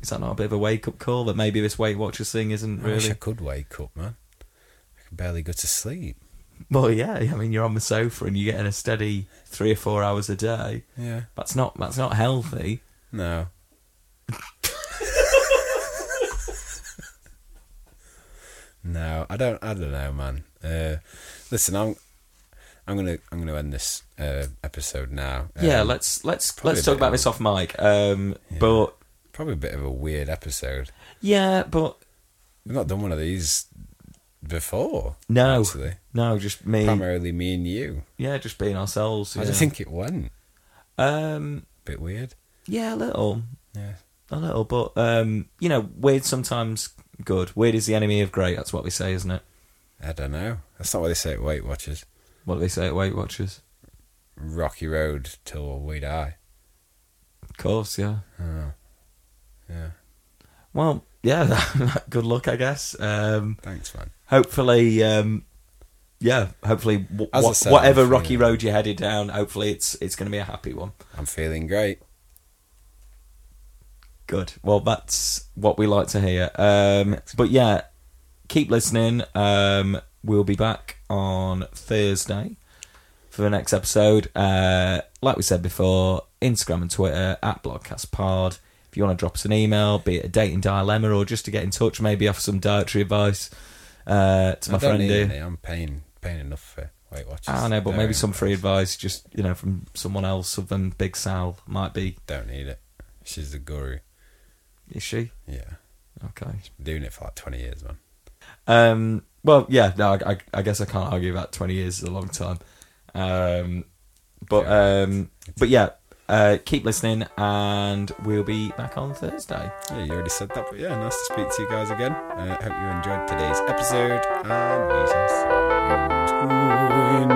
is that not a bit of a wake up call that maybe this Weight Watchers thing isn't
I wish I
really?
could wake up, man. I can barely go to sleep.
Well, yeah, I mean you're on the sofa and you're getting a steady three or four hours a day.
Yeah.
That's not that's not healthy.
No. no, I don't. I don't know, man. Uh, listen, I'm. I'm gonna. I'm gonna end this uh, episode now.
yeah,
Um,
let's let's
probably
let's
a
talk
bit
about
of-
this off mic. Um, But
Probably a bit of a weird episode.
yeah, but
We've not done one of these before.
no,
actually.
no, just me.
Primarily me and you.
Yeah, just being ourselves.
I
yeah.
just think it went.
Um,
Bit weird.
yeah, a little,
Yeah.
a little, but um, you know, weird sometimes good. Weird is the enemy of great. That's what they say, isn't it?
I don't know. That's not what they say at Weight Watchers.
What do they say at Weight Watchers?
Rocky road till we die.
Of course, yeah.
Oh. Yeah.
Well, yeah. [LAUGHS] good luck, I guess. Um,
Thanks, man.
hopefully, um, yeah. Hopefully, wh-
As I
wh-
said,
whatever
I'm
rocky
feeling-
road you're headed down, hopefully it's it's going to be a happy one.
I'm feeling great.
Good. Well, that's what we like to hear. Um, but yeah, keep listening. Um, we'll be back on Thursday for the next episode. Uh, like we said before, Instagram and Twitter at BlogcastPod. If you want to drop us an email, be it a dating dilemma or just to get in touch, maybe offer some dietary advice uh, to my
I don't
friend
need
here.
any. I'm paying paying enough for Weight Watchers.
I don't know, but
Don't
maybe
need
some
it.
free advice, just you know, from someone else other than Big Sal might be.
Don't need it. She's the guru.
Is she
Yeah,
okay?
doing it for like twenty years, man.
Um, well, yeah, no, I, I, I guess I can't argue about 20 years is a long time. Um, but um, but yeah, uh, keep listening, and we'll be back on Thursday.
Yeah, you already said that, but yeah, nice to speak to you guys again. Uh, hope you enjoyed today's episode, and we shall see you soon.